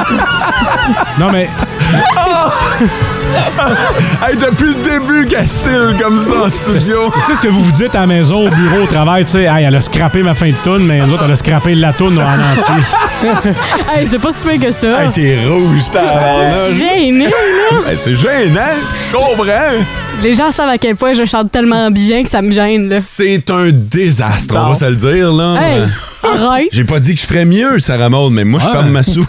C: non, mais.
E: Hey, depuis le début, Cassile, comme ça, en studio.
C: C'est ce que vous vous dites à la maison, au bureau, au travail, tu sais, hey, elle a scrappé ma fin de toune, mais nous autres, elle a scrappé la toune en entier.
D: hey, c'est pas si mal que ça.
E: t'es rouge, t'as
D: Gêné, là.
E: Ben, c'est gênant, je comprends.
D: Les gens savent à quel point je chante tellement bien que ça me gêne, là.
E: C'est un désastre, on va se le dire, là.
D: Hey,
E: Ah.
D: arrête.
E: J'ai pas dit que je ferais mieux, Sarah Maud, mais moi, je
F: Ah.
E: ferme ma sou.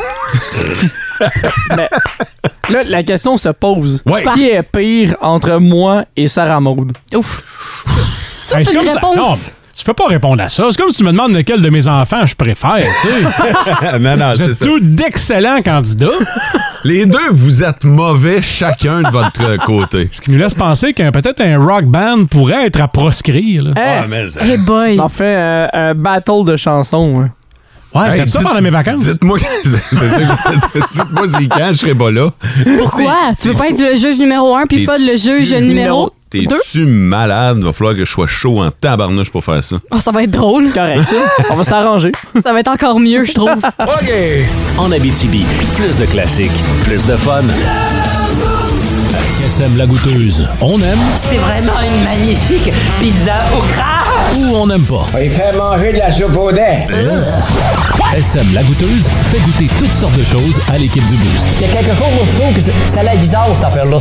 F: Là, la question se pose.
E: Ouais.
F: Qui est pire entre moi et Sarah Maud?
D: Ouf. Ça,
C: Hey,
D: c'est une
C: comme ça- non,
D: réponse.
C: tu peux pas répondre à ça. C'est comme si tu me demandes lequel de mes enfants je préfère, tu sais.
E: Non, non,
C: Vous
E: c'est
C: êtes
E: ça.
C: tous d'excellents candidats.
E: Les deux, vous êtes mauvais chacun de votre côté.
C: Ce qui nous laisse penser qu'un peut-être un rock band pourrait être à proscrire. là.
D: Hein?
E: Ah,
F: Hey,
D: hey boy!
F: On fait euh, un battle de chansons. hein.
C: Ouais,
E: Hey,
C: faites ça
E: dites-
C: pendant mes vacances.
E: Dites-moi c'est ça que je voulais dire. Dites-moi c'est quand je serai pas là.
D: Pourquoi? Tu veux pas être le juge numéro un puis pas le juge numéro 2?
E: T'es-tu malade? Il va falloir que je sois chaud en tabarnouche pour faire ça.
D: Oh, ça va être drôle.
F: correct. On va s'arranger.
D: Ça va être encore mieux, je trouve.
B: OK! En Abitibi, plus de classiques, plus de fun.
L: SM la goûteuse, on aime
H: C'est vraiment une magnifique pizza au gras!
L: ou on n'aime pas.
H: Il fait manger de la soupe au dent!
L: SM la goûteuse fait goûter toutes sortes de choses à l'équipe du Boost.
H: Il y a quelque chose où je trouve que c'est- ça a l'air bizarre, cette affaire-là.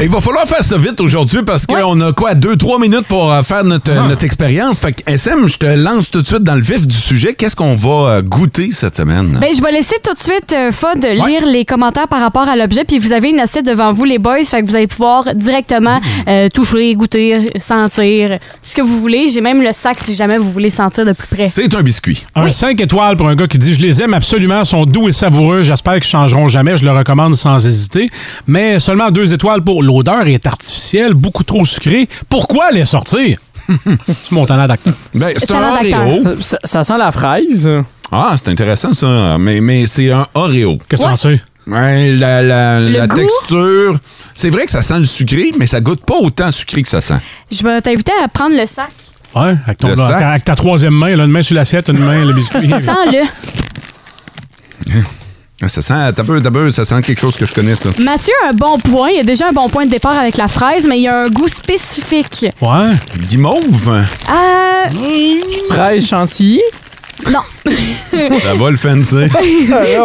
E: Et il va falloir faire ça vite aujourd'hui parce qu'on a quoi, deux, trois minutes pour euh, faire notre,
D: Ah.
E: euh, notre expérience. Fait que SM, je te lance tout de suite dans le vif du sujet. Qu'est-ce qu'on va euh, goûter cette semaine?
D: Ben, je vais laisser tout de suite euh, Fod lire les commentaires par rapport à l'objet, puis vous avez une assiette devant vous, les boys, fait que vous allez pouvoir directement
E: Hmm.
D: euh, toucher, goûter, sentir, ce que vous voulez. J'ai même le sac si jamais vous voulez sentir de plus près.
E: C'est un biscuit.
C: Un 5 étoiles pour un gars qui dit Je les aime absolument, sont doux et savoureux, j'espère qu'ils changeront jamais, je le recommande sans hésiter. Mais seulement deux étoiles pour l'odeur est artificielle, beaucoup trop sucrée. Pourquoi les sortir C'est mon talent d'acteur.
E: Ben, c'est un Oreo.
F: Euh, Ça, ça sent la fraise.
E: Ah, c'est intéressant ça. Mais, mais c'est un Oreo.
C: Qu'est-ce que t'en sais?
E: Ouais, la la,
D: Le
E: la
D: goût?
E: texture. C'est vrai que ça sent le sucré, mais ça goûte pas autant sucré que ça sent.
D: Je vais t'inviter à prendre le sac.
C: Ouais, avec, ton-
E: Le sac?
C: avec ta- avec ta troisième main, là, une main sur l'assiette, une main le biscuit.
D: Sens-le.
E: Ça sent, t'as peu, t'as peu, ça sent quelque chose que je connais, ça.
D: Mathieu a un bon point. Il y a déjà un bon point de départ avec la fraise, mais il y a un goût spécifique.
C: Ouais.
E: Guimauve. hein?
D: Euh.
E: Hmm.
F: Fraise chantilly.
D: Non.
E: Ça va le fancy.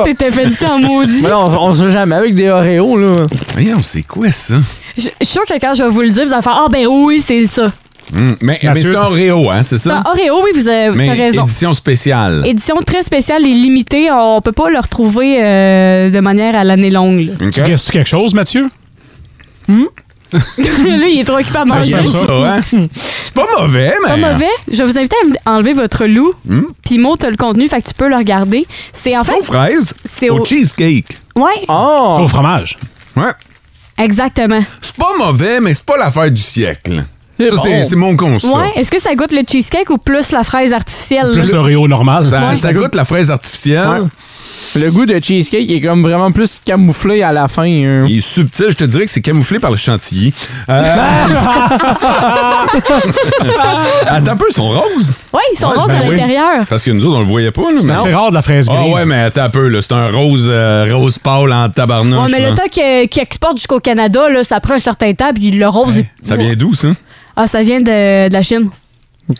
D: T'étais fancy en maudit.
F: Oh. Mais non, on, on sait jamais avec des Oreos, là.
E: Voyons, c'est quoi ça?
D: Je je suis sûre que quand je vais vous le dire, vous allez faire Ah, ben oui, c'est ça.
E: Hum, mais mais c'est un Oreo, hein, c'est
D: C'est
E: ça?
D: un Oreo, oui, vous avez
E: mais
D: t'as raison.
E: édition spéciale.
D: Édition très spéciale et limitée. On peut pas le retrouver euh, de manière à l'année longue. là.
C: Tu guesses-tu quelque chose, Mathieu?
D: Lui, il est trop occupé à manger.
C: j'aime ça,
E: hein? C'est pas mauvais,
D: C'est pas
E: mais- hein.
D: mauvais. Je vais vous inviter à m- enlever votre loup.
E: Hum?
D: Puis Mo, t'as le contenu, fait que tu peux le regarder. C'est en
E: C'est
D: fait.
E: aux fraises,
D: C'est
E: au
D: au-
E: cheesecake.
D: Ouais,
E: Ah!
F: Oh!
C: Au fromage.
E: Ouais.
D: exactement.
E: C'est pas mauvais, mais c'est pas l'affaire du siècle.
F: C'est
E: Ça,
F: bon.
E: c'est, c'est mon constat.
D: Ouais, est-ce que ça goûte le cheesecake ou plus la fraise artificielle?
C: Plus l'Oreo normal.
E: Ça, ça goûte la fraise artificielle.
F: Ouais. Le goût de cheesecake est comme vraiment plus camouflé à la fin. hein.
E: Il est subtil. Je te dirais que c'est camouflé par le chantilly. Euh, Attends un peu, ils sont roses.
D: Oui, ils sont
E: Ouais,
D: roses
E: ben
D: à
E: oui.
D: l'intérieur.
E: Parce que nous autres, on le voyait pas. là,
C: C'est
E: mais-
C: assez rare de la fraise grise.
E: Ah ouais, mais attends un peu. Là, c'est un rose, euh, rose pâle en tabarnouche.
D: Ouais, mais
E: là.
D: le temps que- qu'ils exportent jusqu'au Canada, là, ça prend un certain temps, puis le rose. est-
E: Ça vient d'où, ça?
D: Ah, ça vient de, de la Chine.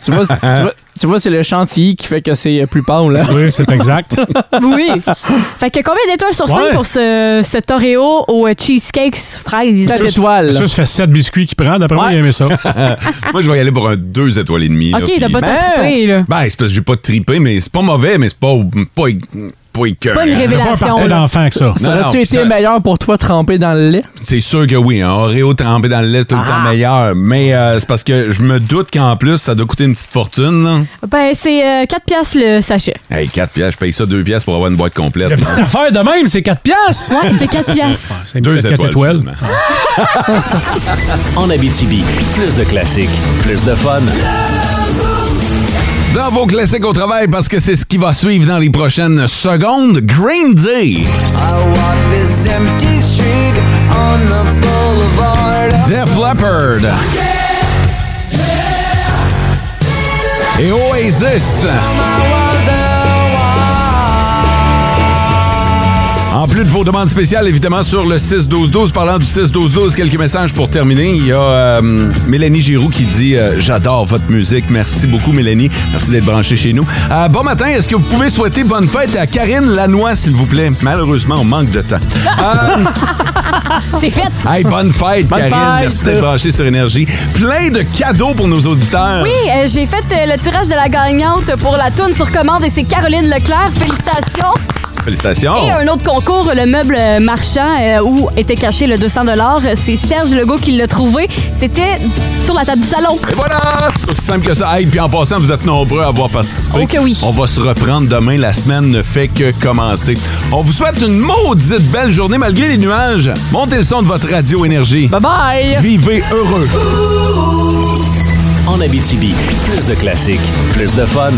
F: Tu vois, tu vois- tu vois, c'est le chantilly qui fait que c'est euh, plus pâle. Là.
C: Oui, c'est exact.
D: Oui. fait que combien d'étoiles sur 5
C: Ouais.
D: pour ce, cet Oreo au euh, cheesecake fraise?
F: Sept étoiles.
C: Ça, ça fait 7 biscuits qu'il prend. D'après moi, il aimait ça.
E: Moi, je vais y aller pour un 2 étoiles et demie. là,
D: Ok, t'as
E: puis-
D: pas
F: Ben.
D: tant coupé, là.
E: Ben, c'est parce que j'ai pas tripé, mais c'est pas mauvais, mais c'est pas, pas, pas écœurant.
D: Pas une
C: C'est pas un
D: révélation.
C: party
D: là.
C: d'enfant que ça.
E: Non,
F: Ça
E: non,
F: aurait-tu
E: puis
F: été
E: ça-
F: meilleur pour toi trempé dans le lait?
E: C'est sûr que oui, un Oreo trempé dans le lait, c'est tout le temps meilleur. Mais euh, c'est parce que je me doute qu'en plus, ça doit coûter une petite fortune. là.
D: Ben, c'est euh, 4 piastres le sachet.
E: Hey, 4 piastres, je paye ça 2 piastres pour avoir une boîte complète.
C: La petite affaire de même, c'est 4 piastres.
D: Ouais, c'est 4 piastres.
C: C'est
E: Deux
C: peut-être quatre
E: étoiles, finalement.
B: En Abitibi, plus de classiques, plus de fun.
E: Dans vos classiques au travail, parce que c'est ce qui va suivre dans les prochaines secondes, Green Day. Def Leppard. Et Oasis. En plus de vos demandes spéciales, évidemment, sur le 6-12-12, parlant du 6-12-12, quelques messages pour terminer. Il y a euh, Mélanie Giroux qui dit euh, J'adore votre musique. Merci beaucoup, Mélanie. Merci d'être branchée chez nous. Euh, bon matin, est-ce que vous pouvez souhaiter bonne fête à Karine Lanois, s'il vous plaît? Malheureusement, on manque de temps. Euh,
D: C'est fait.
E: Hey, bonne fête,
F: Bonne
E: Karine.
F: fête.
E: Merci d'être branchée sur Énergie. Plein de cadeaux pour nos auditeurs.
D: Oui, euh, j'ai fait euh, le tirage de la gagnante pour la toune sur commande et c'est Caroline Leclerc. Félicitations.
E: Félicitations.
D: Et un autre concours, le meuble marchand euh, où était caché le 200 c'est Serge Legault qui l'a trouvé. C'était sur la table du salon.
E: Et voilà! C'est aussi simple que ça. Hey, puis en passant, vous êtes nombreux à avoir participé.
D: Oh que oui.
E: On va se reprendre demain. La semaine ne fait que commencer. On vous souhaite une maudite belle journée malgré les nuages. Montez le son de votre radio énergie.
F: Bye-bye!
E: Vivez heureux.
B: En Abitibi, plus de classiques, plus de fun.